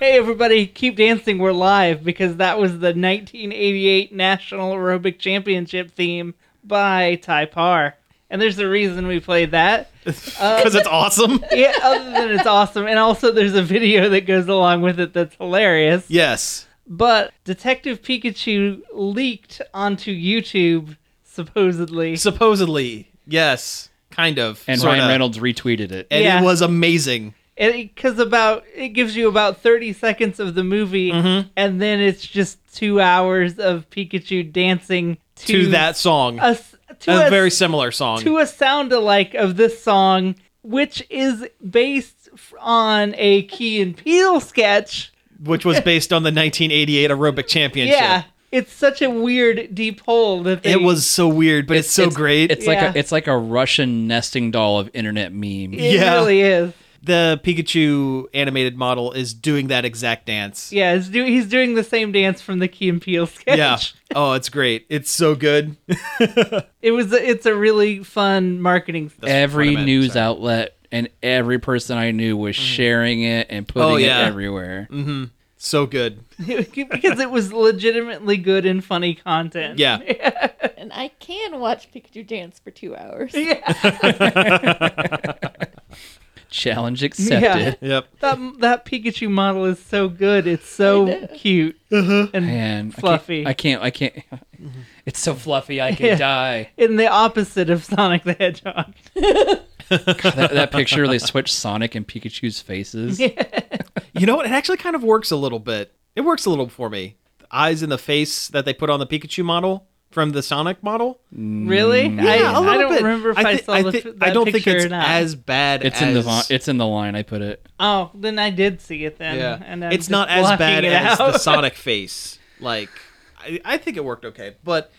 Hey everybody, keep dancing, we're live because that was the 1988 National Aerobic Championship theme by Ty Parr. And there's a reason we played that. Because it's awesome. Yeah, other than it's awesome. And also there's a video that goes along with it that's hilarious. yes. But Detective Pikachu leaked onto YouTube, supposedly. Supposedly. Yes. Kind of. And sorta. Ryan Reynolds retweeted it. And Yeah. it was amazing. because about it gives you about 30 seconds of the movie Mm-hmm. and then it's just two hours of pikachu dancing to, to that song. a, A, s- to a, very very similar song. to a sound alike of this song which is based f- on a key and peel sketch which was based on the 1988 aerobic championship. yeah it's such a weird deep hole that they, It was so weird, but it's, so great. It's like Yeah. a it's like a Russian nesting doll of internet meme. it yeah. really is the Pikachu animated model is doing that exact dance. yeah it's do, he's doing the same dance from the key and peel sketch Yeah. Oh, it's great. It's so good. it was a, it's a really fun marketing every what I meant, news sorry. Mm-hmm. outlet and every person I knew was sharing it and putting Oh, yeah. it everywhere. So good. because it was legitimately good and funny content. Yeah. And I can watch Pikachu dance for two hours. Challenge accepted. Yep. That that Pikachu model is so good. It's so cute and Man, I can't- fluffy. I can't. I can't. Mm-hmm. It's so fluffy. I could die. in the opposite of Sonic the Hedgehog. That, that picture where they switch Sonic and Pikachu's faces. you know what? It actually kind of works a little bit. It works a little for me. The eyes in the face that they put on the Pikachu model from the Sonic model. Really? Mm, Yeah, I, a little I don't bit. remember if I, thi- saw the, thi- that I don't think picture it's or not. as bad. as, It's in the vi- it's in the line I put it. Oh, then I did see it then. yeah. And I'm it's just not as blocking bad it as out. the Sonic face. Like, I, I think it worked okay, but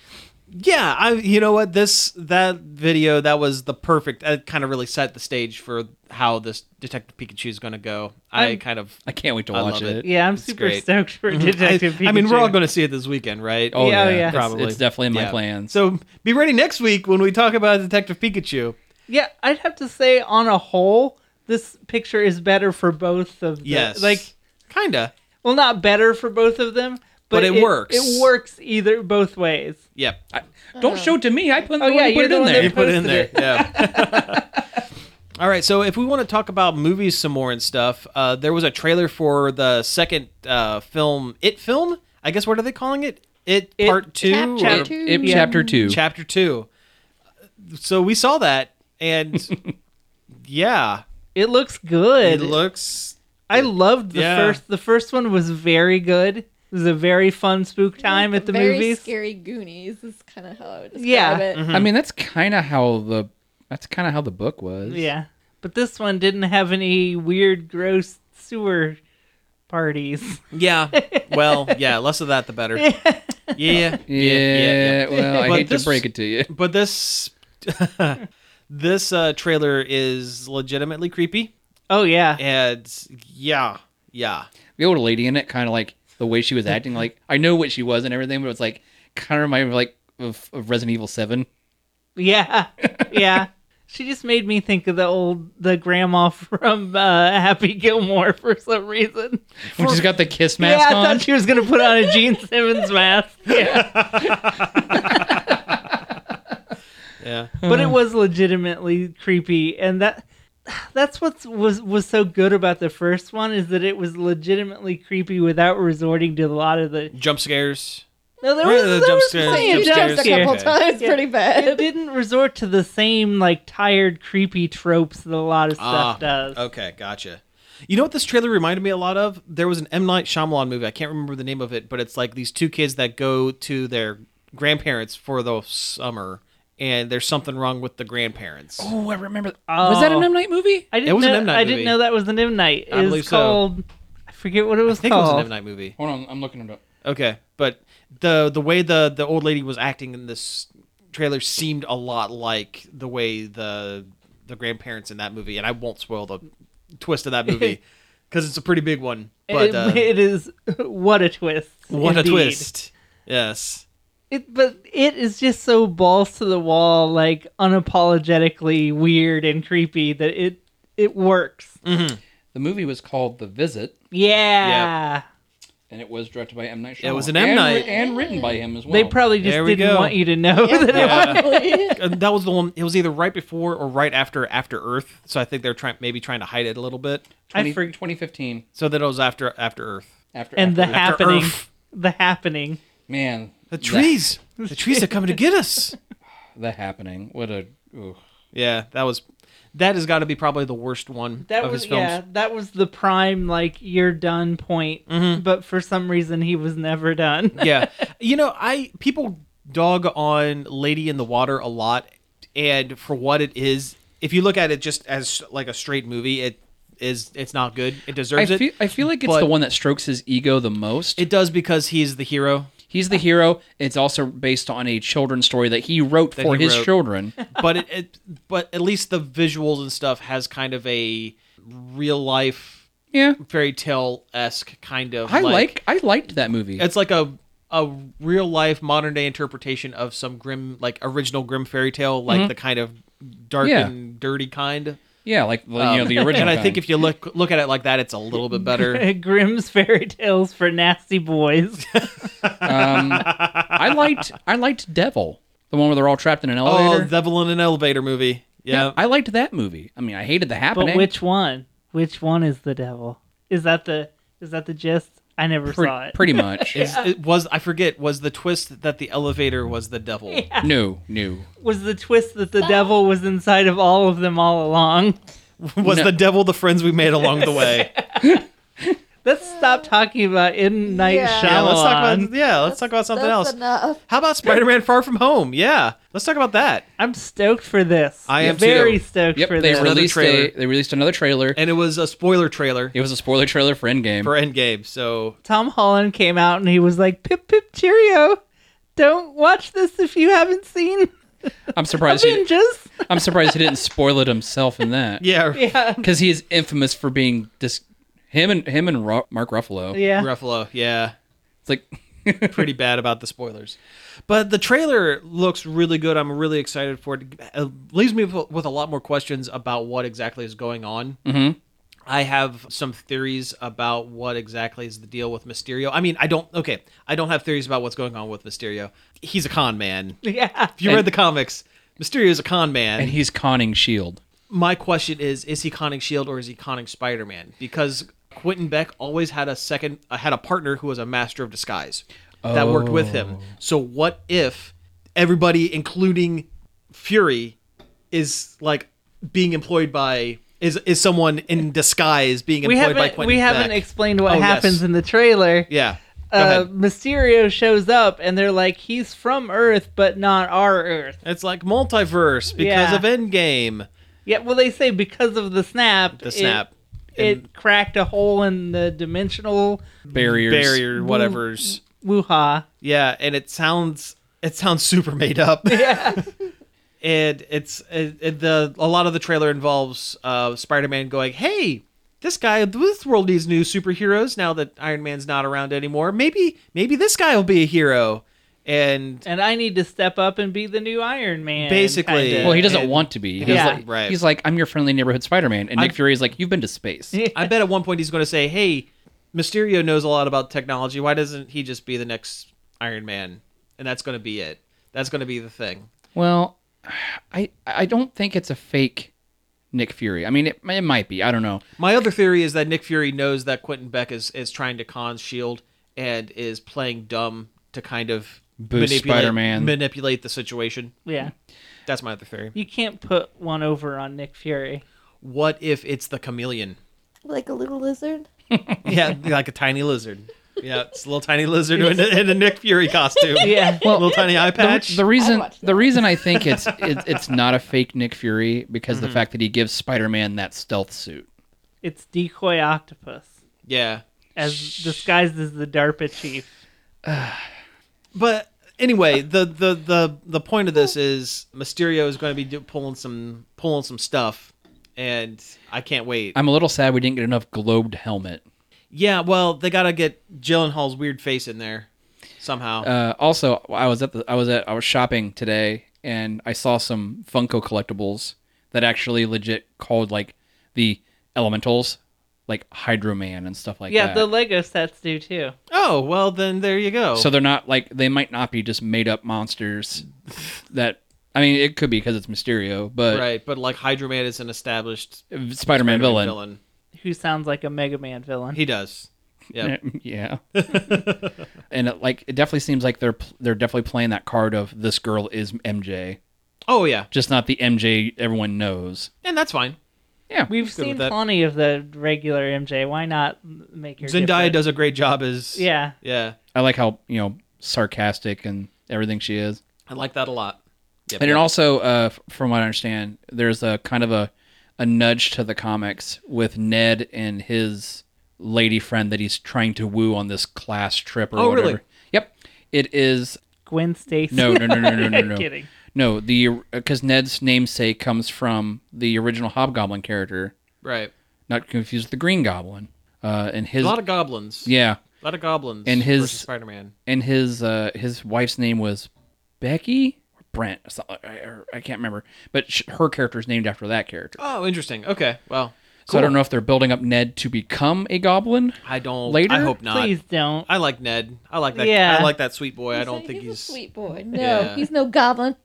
yeah, I you know what this that video that was the perfect. That kind of really set the stage for how this Detective Pikachu is going to go. I I'm- kind of I can't wait to I watch love it. it. Yeah, I'm It's super great. Mm-hmm. stoked for Detective I, Pikachu. I mean, we're all going to see it this weekend, right? Oh Yeah, yeah, oh, yeah. It's- Probably. It's, definitely in my Yeah. plans. So be ready next week when we talk about Detective Pikachu. Yeah, I'd have to say on a whole, this picture is better for both of them. Yes, Like, kinda. well, not better for both of them, but, But it works. It works either both ways. Yep. I- don't show it to me. I put, Oh, the yeah, one who you're put it the in one there. that- put it in there. posted Yeah. All right, so if we want to talk about movies some more and stuff, uh, there was a trailer for the second uh, film, It film. I guess what are they calling it? It, It Part Two, or Chapter Two. It- Chapter two. Chapter Two. So we saw that, and yeah, It looks good. it looks I loved the Yeah. first. The first one was very good. It was a very fun spook time at the Very movies. scary Goonies is kind of how I would describe Yeah. Mm-hmm. it. I mean, that's kind of how the that's kind of how the book was. Yeah, but this one didn't have any weird, gross sewer parties. yeah. Well, yeah, less of that the better. Yeah, yeah, Yeah, well, I But hate this- to break it to you. But this this uh, trailer is legitimately creepy. Oh yeah, And yeah, yeah, The old lady in it, kind of like the way she was acting, like I know what she was and everything, but it was like kind of reminded me like of, of Resident Evil Seven. yeah, yeah. She just made me think of the old the grandma from uh, Happy Gilmore for some reason. When she's got the kiss yeah, mask I on. thought she was gonna put on a Gene Simmons mask. Yeah, yeah. but it was legitimately creepy, and that that's what was was so good about the first one is that it was legitimately creepy without resorting to a lot of the Jump scares. no there Where was, are the there jump was scares? plenty You of Jump jump jumped scares. a couple Okay. times pretty it bad. didn't resort to the same like tired creepy tropes that a lot of Ah, stuff does Okay, gotcha. You know what this trailer reminded me a lot of? There was an M Night Shyamalan movie. I can't remember the name of it, but it's like these two kids that go to their grandparents for the summer, and there's something wrong with the grandparents. oh, I remember. Was that an M Night movie? i didn't It was an know, M. Night i didn't movie. know that was an m night I it believe was so. called i forget what it was I think it was called an M Night movie. Hold on, I'm looking it up. Okay, but the the way the the old lady was acting in this trailer seemed a lot like the way the the grandparents in that movie, and I won't spoil the twist of that movie because it's a pretty big one. But It- uh, it is what a twist what indeed. a twist! Yes, it, but it is just so balls to the wall like unapologetically weird and creepy that it it works Mm. The movie was called The Visit, yeah and it was directed by M Night. Shyamalan. It was an M. And- Night. and written by him as well. they probably just There we didn't go. want you to know that it was Uh, And that was the one. It was either right before or right after After Earth. So I think they're trying maybe trying to hide it a little bit. 20, I forg- 2015 So that it was after After Earth. after and the after, happening Earth. the happening man The trees, the trees are coming to get us. the, the happening what a oof. Yeah, that was. That has got to be probably the worst one That of was his films. yeah, that was the prime like you're done point. Mm-hmm. But for some reason he was never done. yeah you know i people dog on lady in the water a lot and for what it is if you look at it just as like a straight movie it is it's not good it I deserves feel, it I feel like it's but- the one that strokes his ego the most. it does because he's the hero He's the hero. It's also based on a children's story that he wrote for he his wrote. children. but it, it but at least the visuals and stuff has kind of a real life Yeah, fairy tale esque kind of I like, I liked that movie. it's like a a real life modern day interpretation of some grim like original grim fairy tale like the kind of dark Mm-hmm. Yeah. and dirty kind Yeah, like the, you know the Um, original. Oh. and I think if you look look at it like that, it's a little bit better. Grimm's fairy tales for nasty boys. I liked I liked Devil, the one where they're all trapped in an oh, elevator. Devil in an Elevator movie. Yeah, I liked that movie. I mean, I hated the happening. but which one? Which one is the devil? Is that the is that the gist? I never Pre- saw it. pretty much? Is- it was I forget was the twist that the elevator was the devil. No, no. was the twist that the devil was inside of all of them all along. Was No. the devil the friends we made along the way? Let's stop talking about M Night Yeah. Shyamalan. Yeah, let's talk about yeah, let's talk about something That's else. enough. How about Spider-Man Far From Home? Yeah, let's talk about that. I'm stoked for this. I am very too. stoked Yep, for they this. Another released trailer. a, they released another trailer. And it was a spoiler trailer It was a spoiler trailer for Endgame. for Endgame, so Tom Holland came out and he was like, "Pip pip cheerio, don't watch this if you haven't seen I'm surprised. He, Avengers." I'm surprised he didn't spoil it himself in that. yeah, yeah, because he is infamous for being dis- him and him and Ro- Mark Ruffalo. yeah. Ruffalo, yeah, It's like pretty bad about the spoilers. But the trailer looks really good. I'm really excited for it. It leaves me with a lot more questions about what exactly is going on. Mm-hmm. I have some theories about what exactly is the deal with Mysterio. I mean, I don't. Okay, I don't have theories about what's going on with Mysterio. He's a con man. yeah. If you And- read the comics, Mysterio is a con man. and he's conning Shield. my question is is he conning shield E or is he conning spider-man because quentin beck always had a second uh, had a partner who was a master of disguise that worked with him so what if everybody including fury is like being employed by is is someone in disguise being We employed by haven't quentin we haven't Beck? explained what Oh, yes. happens in the trailer. yeah Go Uh, ahead. Mysterio shows up and they're like, "He's from Earth, but not our Earth." it's like multiverse because Yeah. of endgame Yeah. Well, they say because of the snap. the snap It, it cracked a hole in the dimensional Barriers. barrier whatever's woo-ha. Yeah, and it sounds it sounds super made up. Yeah. and it's it, it- the a lot of the trailer involves uh Spider-Man going, "Hey, this guy this world needs new superheroes now that Iron Man's not around anymore. Maybe maybe this guy will be a hero." And and I need to step up and be the new Iron Man. Basically. kinda. Well, he doesn't And- want to be. He's Yeah. like, Right. he's like, I'm your friendly neighborhood Spider-Man, and Nick I- Fury is like, you've been to space. I bet at one point he's going to say, "Hey, Mysterio knows a lot about technology. Why doesn't he just be the next Iron Man?" And that's going to be it. That's going to be the thing. Well, I I don't think it's a fake Nick Fury. I mean, it, it might be. I don't know. My other theory is that Nick Fury knows that Quentin Beck is, is trying to con Shield E and is playing dumb to kind of Boost manipulate, Spider-Man. manipulate the situation. yeah, That's my other theory. you can't put one over on Nick Fury. What if it's the chameleon? Like a little lizard. Yeah, like a tiny lizard. Yeah, it's a little tiny lizard in a, in a Nick Fury costume. Yeah, Well, little tiny eye patch. The reason watch the reason I think it's it, it's not a fake Nick Fury because Mm-hmm. the fact that he gives Spider-Man that stealth suit. it's decoy octopus yeah, as disguised as the DARPA chief. but anyway, the, the the the point of this is Mysterio is going to be do, pulling some pulling some stuff, and I can't wait. I'm a little sad we didn't get enough globed helmet. Yeah, well, they gotta get Gyllenhaal's weird face in there somehow. Uh, also, I was at the I was at I was shopping today and I saw some Funko collectibles that actually legit called like the Elementals, like Hydro Man and stuff like Yeah, that. the Lego sets do too. oh, well, then there you go. so they're not like they might not be just made up monsters. That I mean, it could be because it's Mysterio, but right, but like Hydra Man is an established Spider-Man, Spider-Man villain. Who sounds like a Mega Man villain? He does. Yeah. yeah. and it, like it definitely seems like they're pl- they're definitely playing that card of this girl is MJ, oh yeah, just not the MJ everyone knows. and that's fine. Yeah, We've with seen that. plenty of the regular MJ. Why not make your Zendaya different- does a great job as Yeah, yeah. I like how you know sarcastic and everything she is, I like that a lot. Yep, and it yep. also, uh, f- from what I understand, there's a kind of a a nudge to the comics with Ned and his lady friend that he's trying to woo on this class trip or Oh, really? whatever. Yep, it is. Gwen Stacy. No, no, no, no, no, no, no. kidding. No, the because Ned's namesake comes from the original Hobgoblin character, right. not confused with the Green Goblin. Uh, and his A lot of goblins. yeah, a lot of goblins. And his- versus Spider-Man. and his uh, his wife's name was Becky or Brent. It's not- I, I- I can't remember, but sh- her character is named after that character. Oh, interesting. Okay, well, So I cool. don't know if they're building up Ned to become a goblin. I don't. Later? I hope not. Please don't. I like Ned. I like that. Yeah. I like that sweet boy. I don't He's think a he's. sweet boy. No, Yeah. he's no goblin.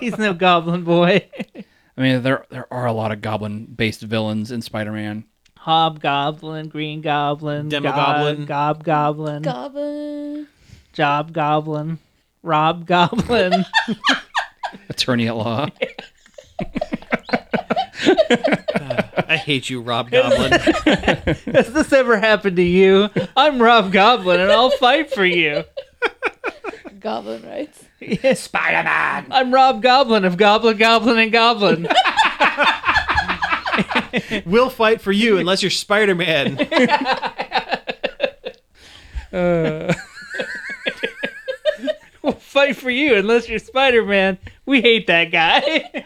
He's no Goblin Boy. I mean, there there are a lot of goblin-based villains in Spider-Man. Hobgoblin, Green Goblin, Demogoblin. Gob Goblin, Goblin. Job Goblin, Rob Goblin, Attorney at law. I hate you, Rob Goblin. Has this ever happened to you? I'm Rob Goblin, and I'll fight for you. Goblin rights. Spider Man. I'm Rob Goblin of Goblin, Goblin, and Goblin. we'll fight for you unless you're Spider Man. we'll fight for you unless you're Spider Man. We hate that guy.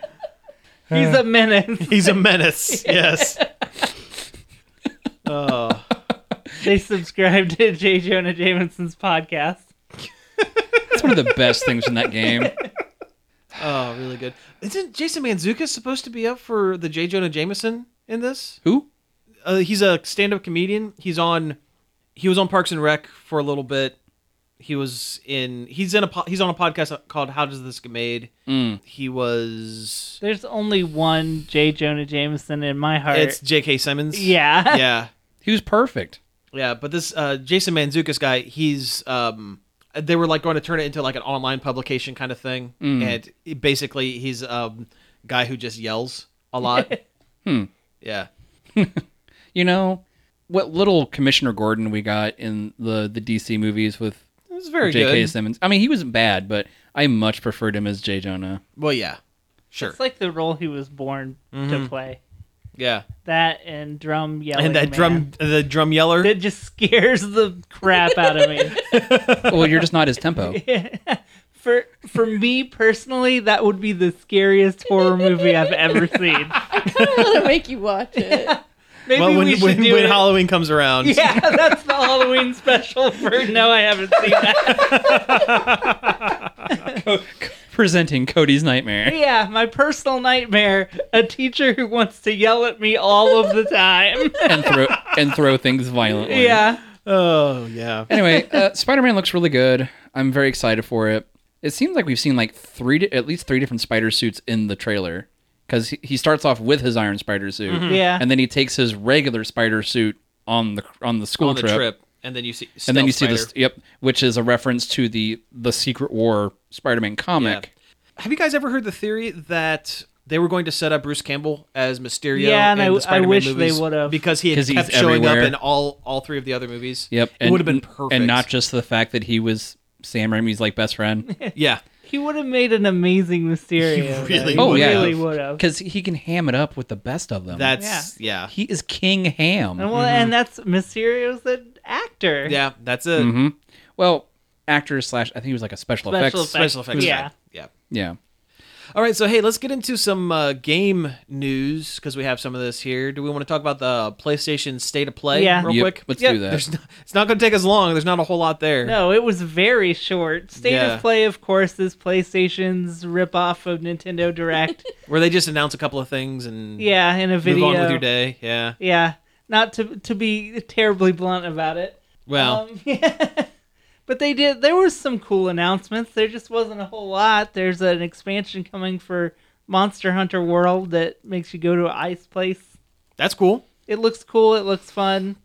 He's a menace. He's a menace. Yes. Oh, They subscribe to J. Jonah Jameson's podcast. That's one of the best things in that game. oh, really good. Isn't Jason Manzuka supposed to be up for the J. Jonah Jameson in this? Who? Uh, he's a stand-up comedian. He's on. He was on Parks and Rec for a little bit. He was in. He's in a. po- He's on a podcast called "How Does This Get Made." He was. There's only one J. Jonah Jameson in my heart. It's J.K. Simmons. yeah. Yeah. He was perfect. Yeah, but this uh, Jason Manzukas guy, he's um, they were like going to turn it into like an online publication kind of thing, Mm. and it- basically he's um, guy who just yells a lot. Hmm. Yeah. You know what little Commissioner Gordon we got in the the DC movies with It was very J.K. good. Simmons. I mean, he wasn't bad, but I much preferred him as J. Jonah. Well, yeah, sure, It's like the role he was born to play. yeah, That and drum Mm-hmm. yelling. and that man. drum, the drum yeller. that just scares the crap out of me. well, you're just not his tempo. For for me personally, that would be the scariest horror movie I've ever seen. I'm gonna make you watch it. Maybe well, we when should when, do when it. Halloween comes around, yeah, that's the Halloween special for no, I haven't seen that. Presenting Cody's Nightmare. Yeah, my personal nightmare: a teacher who wants to yell at me all of the time. and throw and throw things violently. yeah, oh yeah, Anyway, uh, Spider-Man looks really good. I'm very excited for it. It seems like we've seen like three, di- at least three different spider suits in the trailer, because he, he starts off with his Iron Spider suit, Mm-hmm. Yeah. and then he takes his regular spider suit on the on the school on the trip. and then you see, and then you Stealth see this. Spider. Yep, which is a reference to the the Secret War Spider-Man comic. Have you guys ever heard the theory that? They were going to set up Bruce Campbell as Mysterio. Yeah, and in I- the I Spider-Man wish they movies would've. because he had 'Cause he's kept showing everywhere. up in all all three of the other movies. Yep, it would have been perfect. and not just the fact that he was Sam Raimi's like best friend. Yeah. he would have made an amazing Mysterio. though. really He Oh, yeah. really would have. because he can ham it up with the best of them. That's yeah. he is King Ham. And well, and that's Mysterio's an actor. Mhm. Yeah, that's it. Mm-hmm. Well, actor slash I think he was like a special, Special effects. effect- Special effects. Yeah. guy. Yeah. Yeah. All right, so hey, let's get into some uh, game news because we have some of this here. Do we want to talk about the PlayStation State of Play Yeah. real Yep, quick? let's Yeah, do that. there's no- it's not going to take us long. There's not a whole lot there. No, it was very short. State Yeah. of Play, of course, is PlayStation's ripoff of Nintendo Direct. Where they just announce a couple of things and yeah, in a move video. on with your day. Yeah. Yeah, not to to be terribly blunt about it. Well, Um, but they did. There was some cool announcements. There just wasn't a whole lot. There's an expansion coming for Monster Hunter World that makes you go to an ice place. that's cool. It looks cool. It looks fun.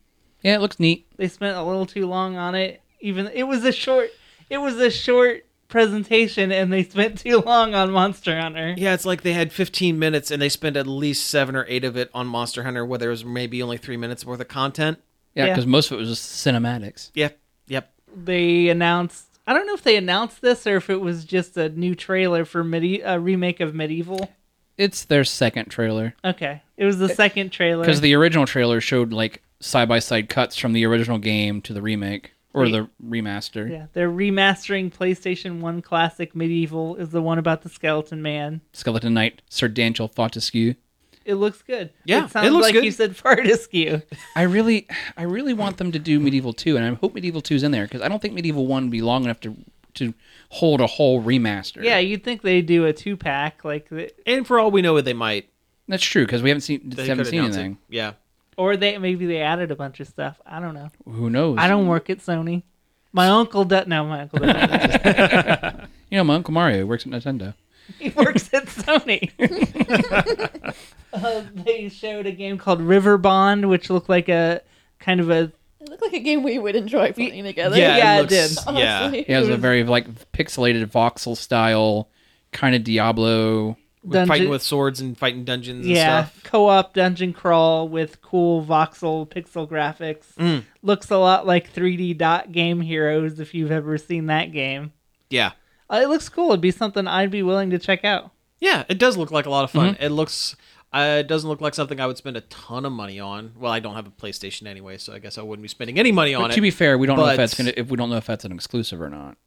Yeah, it looks neat. they spent a little too long on it. Even it was a short, it was a short presentation, and they spent too long on Monster Hunter. Yeah, it's like they had 15 minutes and they spent at least seven or eight of it on Monster Hunter, where there was maybe only three minutes worth of content. Yeah, Yeah. because most of it was just cinematics. Yep. Yep. They announced. I don't know if they announced this or if it was just a new trailer for medi- a remake of Medieval. It's their second trailer Okay, it was the second trailer. because the original trailer showed like side by side cuts from the original game to the remake or the remaster. yeah, they're remastering PlayStation One classic Medieval. Is the one about the skeleton man. Skeleton Knight, Sir Daniel Fortescue. It looks good. Yeah, it sounds it looks like good. you said Fartescue. I really, I really want them to do Medieval Two, and I hope Medieval Two's in there because I don't think Medieval One would be long enough to to hold a whole remaster. yeah, you'd think they do a two pack like the, And for all we know, they might. that's true because we haven't seen They haven't could seen announce it. anything. Yeah. or they maybe they added a bunch of stuff. I don't know. Who knows? I don't work at Sony. My uncle does. No, my uncle doesn't. You know, my uncle Mario works at Nintendo. he works at Sony. uh, they showed a game called River Bond, which looked like a kind of a It looked like a game we would enjoy playing together. Yeah, yeah, it looks- Yeah. honestly. Yeah, it was a very like pixelated voxel style kind of Diablo With fighting Dungeon- with swords and fighting dungeons yeah, and stuff. co-op dungeon crawl with cool voxel pixel graphics. Mm. Looks a lot like 3D dot game heroes if you've ever seen that game. Yeah. Uh, it looks cool. It'd be something I'd be willing to check out. Yeah, it does look like a lot of Mm-hmm. fun. It looks uh, it doesn't look like something I would spend a ton of money on. Well, I don't have a PlayStation anyway, so I guess I wouldn't be spending any money on But it. to be fair, we don't know But- if that's gonna if we don't know if that's an exclusive or not.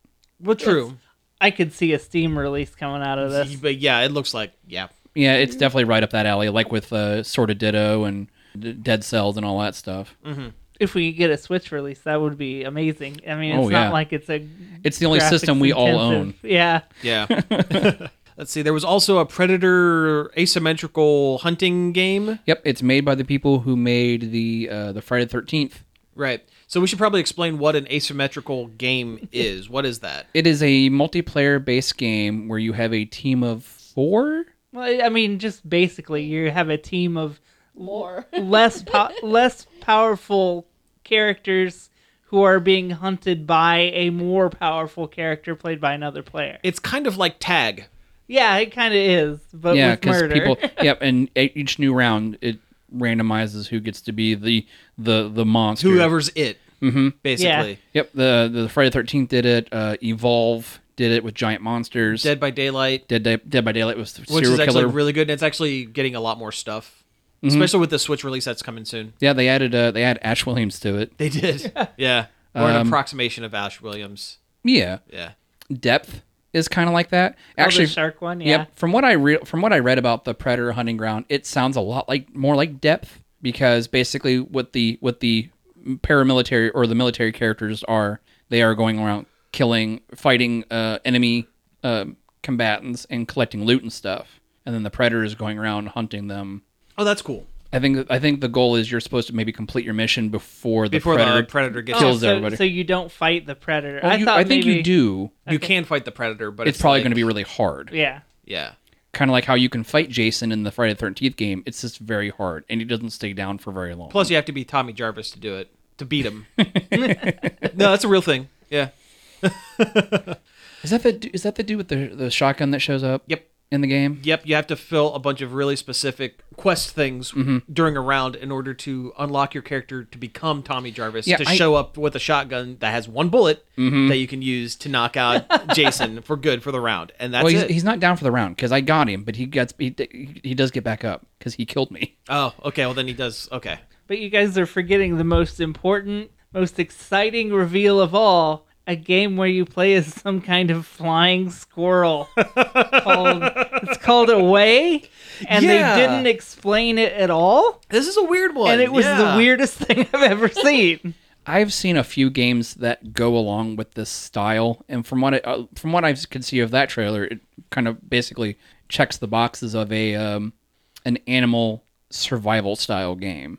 well, true. I could see a Steam release coming out of this. But yeah, it looks like yeah. Yeah, it's definitely right up that alley, like with uh, sort of Ditto and D- Dead Cells and all that stuff. If we could get a Switch release, that would be amazing. I mean, it's Oh, not yeah. like it's a It's the only system we all own. graphics-intensive- Yeah. Yeah. Let's see. There was also a predator asymmetrical hunting game. Yep, it's made by the people who made the uh, the Friday Thirteenth. Right. So we should probably explain what an asymmetrical game is. What is that? It is a multiplayer based game where you have a team of four. Well, I mean, just basically, you have a team of More. less po- less powerful characters who are being hunted by a more powerful character played by another player. It's kind of like tag. Yeah, it kind of is, but yeah, with murder. Oh, people. Yep, and e- each new round it randomizes who gets to be the the the monster. Whoever's it. Mm-hmm. Basically. Yeah. Yep, the the Friday Thirteenth did it. Uh, Evolve did it with giant monsters. Dead by Daylight, Dead, Day- Dead by Daylight was the which serial is actually killer. Mm-hmm. really good. And it's actually getting a lot more stuff, especially with the Switch release that's coming soon. yeah, they added uh, they add Ash Williams to it. They did. yeah. Or Um, an approximation of Ash Williams. Yeah, Yeah. depth is kind of like that. Actually, the shark one, yeah. Yep. From what I re- from what I read about the predator hunting ground, it sounds a lot like more like depth because basically what the what the paramilitary or the military characters are, they are going around killing, fighting uh, enemy um combatants and collecting loot and stuff, and then the predator is going around hunting them. Oh, that's cool. I think I think the goal is you're supposed to maybe complete your mission before the Before predator the Predator gets kills so, everybody. so you don't fight the predator. Well, I you- thought think maybe, you do. You can fight the Predator, but It's, it's, probably like- going to be really hard. Yeah. Yeah. kind of like how you can fight Jason in the Friday the 13th game. It's just very hard and he doesn't stay down for very long. Plus, you have to be Tommy Jarvis to do it, to beat him. no, that's a real thing. Yeah. is that the du- is that the dude with the the shotgun that shows up? Yep. In the game? Yep, you have to fill a bunch of really specific quest things Mm-hmm. during a round in order to unlock your character to become Tommy Jarvis Yeah, to I- show up with a shotgun that has one bullet Mm-hmm. that you can use to knock out Jason for good for the round, and that's well, he's, it. he's not down for the round because I got him, but he gets he, he does get back up because he killed me. Oh, okay. Well, then he does. Okay, But you guys are forgetting the most important, most exciting reveal of all a game where you play as some kind of flying squirrel. called, it's called Away, and Yeah. they didn't explain it at all. this is a weird one, And it was yeah. the weirdest thing I've ever seen. I've seen a few games that go along with this style, and from what I, uh, from what I could see of that trailer, it kind of basically checks the boxes of a um, an animal survival style game.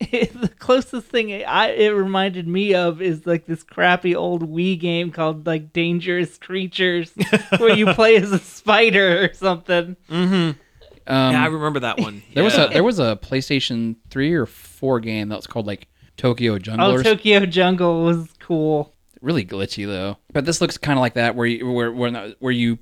the closest thing it, I, it reminded me of is like this crappy old Wii game called like Dangerous Creatures, where you play as a spider or something. Yeah, I remember that one. There was Yeah. a there was a PlayStation three or four game that was called like Tokyo Jungle. Oh, or Tokyo Jungle was cool. s- really glitchy though. But this looks kind of like that, where you where where, not- where you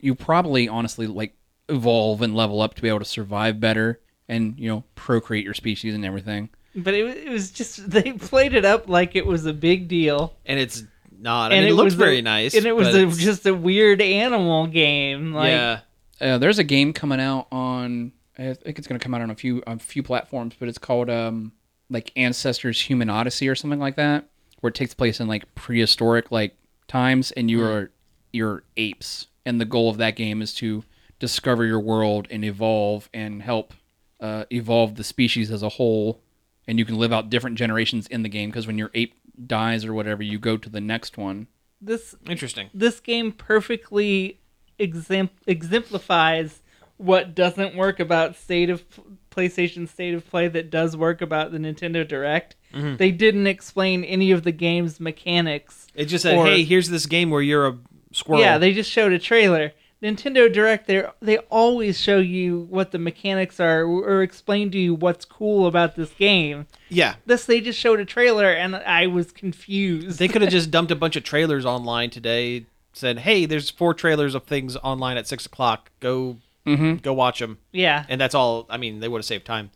you probably honestly like evolve and level up to be able to survive better and you know procreate your species and everything. But it, wa- it was just they played it up like it was a big deal, and it's not. I and mean, it, looked was a- very nice, and it was but a, it's- just a weird animal game. Like, yeah. Uh, there's a game coming out on I think it's going to come out on a few on a few platforms, but it's called um like Ancestors Human Odyssey or something like that, where it takes place in like prehistoric like times, and you are you're apes, and the goal of that game is to discover your world and evolve and help uh, evolve the species as a whole, and you can live out different generations in the game because when your ape dies or whatever, you go to the next one. this Interesting. this game perfectly exemp- exemplifies what doesn't work about state of PlayStation State of Play that does work about the Nintendo Direct. Mm-hmm. They didn't explain any of the game's mechanics. It just said, Or- "Hey, here's this game where you're a squirrel." Yeah, they just showed a trailer. Nintendo Direct, they they always show you what the mechanics are or explain to you what's cool about this game. yeah. This they just showed a trailer and I was confused. They could have just dumped a bunch of trailers online today. Said, "Hey, there's four trailers of things online at six o'clock. Go Go watch them. Mm-hmm. Yeah. And that's all. I mean, they would have saved time.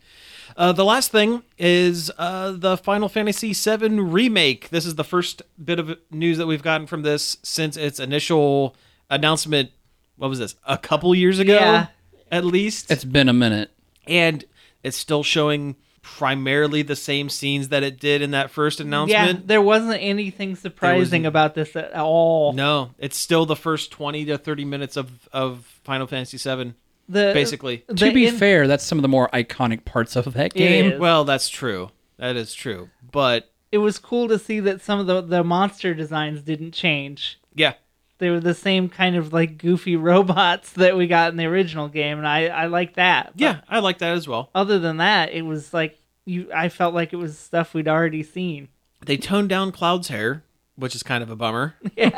Uh, the last thing is uh, the Final Fantasy VII remake. This is the first bit of news that we've gotten from this since its initial announcement. What was this? A couple years ago, Yeah. at least. It's been a minute. and it's still showing primarily the same scenes that it did in that first yeah, announcement. there wasn't anything surprising about this at all. No, it's still the first twenty to thirty minutes of of Final Fantasy VII. the, basically. the to be in- fair, that's some of the more iconic parts of that game. is. Well, that's true. That is true. But it was cool to see that some of the, the monster designs didn't change. yeah, They were the same kind of like goofy robots that we got in the original game, and I I like that. But yeah, I like that as well. other than that, it was like you. I felt like it was stuff we'd already seen. They toned down Cloud's hair, which is kind of a bummer.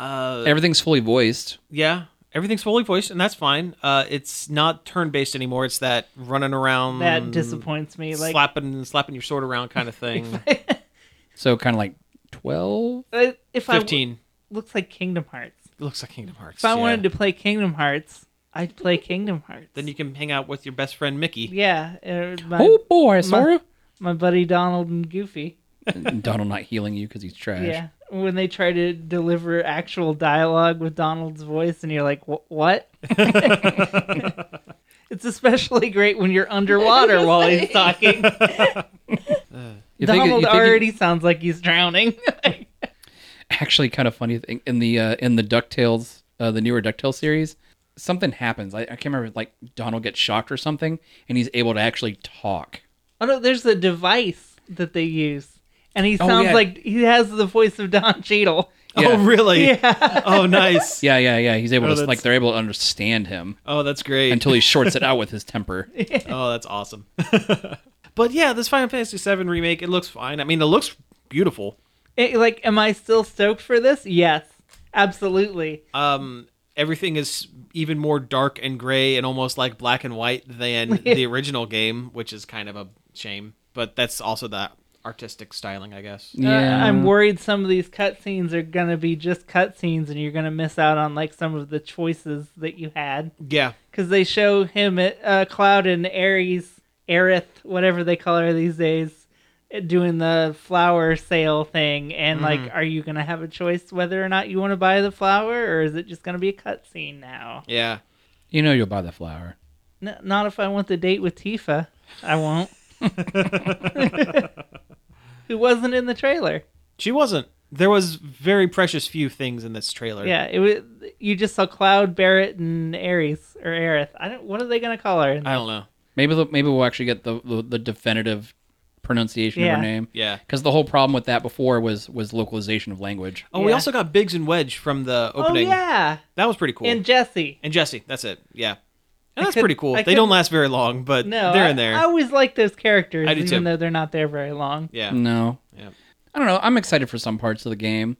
Uh, Everything's fully voiced. yeah, everything's fully voiced, and that's fine. Uh, it's not turn based anymore. It's that running around, That disappoints me. Like slapping slapping your sword around kind of thing. So kind of like 12. uh, if I Fifteen looks like Kingdom Hearts. looks like Kingdom Hearts. If I wanted to play Kingdom Hearts, I'd play Kingdom Hearts. then you can hang out with your best friend Mickey. yeah, er, my, Oh boy, Sora. my buddy Donald and Goofy. Donald not healing you because he's trash. Yeah, when they try to deliver actual dialogue with Donald's voice, and you're like, "Wh- "What?" it's especially great when you're underwater while he's talking. You think it- Donald you think it- already sounds like he's drowning. actually kind of funny thing in the uh, in the Ducktales, uh, the newer Ducktales series. Something happens. I, I can't remember. Like Donald gets shocked or something, and he's able to actually talk. oh no, there's a device that they use, and he Oh, sounds yeah. like he has the voice of Don Cheadle. Yeah. Oh really? Yeah, Oh nice. Yeah, yeah, yeah. He's able Oh, to that's- like they're able to understand him Oh that's great. until he shorts it out with his temper. Oh, that's awesome. but yeah, this Final Fantasy VII remake, it looks fine. I mean, it looks beautiful. It- like, am I still stoked for this? Yes, absolutely. Um, everything is even more dark and gray and almost like black and white than the original game, which is kind of a shame. But that's also the artistic styling, I guess. Uh, I'm worried some of these cutscenes are gonna be just cutscenes, and you're gonna miss out on like some of the choices that you had Yeah, because they show him at uh, Cloud and Ares, Aerith, whatever they call her these days, uh, doing the flower sale thing. And like, are you gonna have a choice whether or not you want to buy the flower, or is it just gonna be a cutscene now? yeah. you know you'll buy the flower. N- not if I want the date with Tifa, I won't. Who wasn't in the trailer? She wasn't. There was very precious few things in this trailer. Yeah, it was. You just saw Cloud, Barrett, and Ares or Aerith. I don't. What are they gonna call her? I don't know. Maybe the, maybe we'll actually get the the, the definitive pronunciation of Yeah. her name. Yeah. Because the whole problem with that before was was localization of language. Oh, we Yeah. also got Biggs and Wedge from the oh opening. yeah, That was pretty cool. and Jesse. and Jesse. That's it. Yeah, and that's could- pretty cool. I They don't couldn't- last very long, but No, they're I, in there. I always like those characters, I do even too. though they're not there very long. yeah, No. Yeah. I don't know. I'm excited for some parts of the game,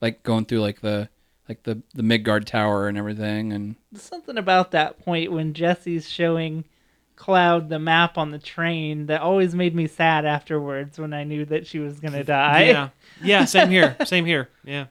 like going through like the like the the Midgard Tower and everything, and There's something about that point when Jesse's showing Cloud the map on the train that always made me sad afterwards when I knew that she was gonna die. yeah, yeah. Same here. Same here. Yeah.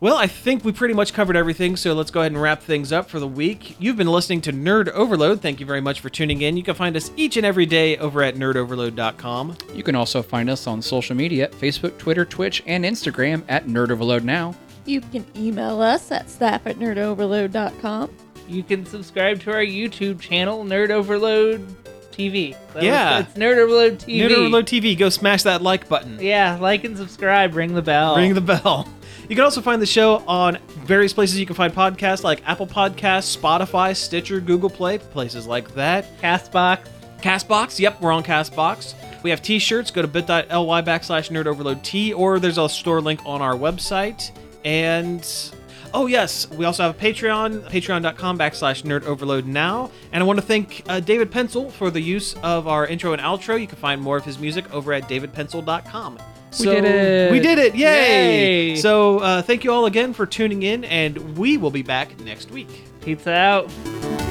Well, I think we pretty much covered everything, so let's go ahead and wrap things up for the week. You've been listening to Nerd Overload. Thank you very much for tuning in. You can find us each and every day over at nerdoverload.com. you can also find us on social media: Facebook, Twitter, Twitch, and Instagram at Nerd Overload Now. You can email us at staff at nerdoverload.com. You can subscribe to our YouTube channel, Nerd Overload TV. That was- Yeah. it's Nerd Overload TV. Nerd Overload TV, go smash that like button. Yeah, like and subscribe, ring the bell. Ring the bell. You can also find the show on various places you can find podcasts like Apple Podcasts, Spotify, Stitcher, Google Play, places like that. Castbox. Castbox, yep, we're on Castbox. We have t-shirts. Go to bit.ly backslash nerdoverload or there's a store link on our website. And oh yes, we also have a Patreon, patreon.com backslash nerdoverload now. And I want to thank uh, David Pencil for the use of our intro and outro. You can find more of his music over at davidpencil.com. So, did it. We did it! Yay! Yay. So uh, thank you all again for tuning in, and we will be back next week. Pizza out.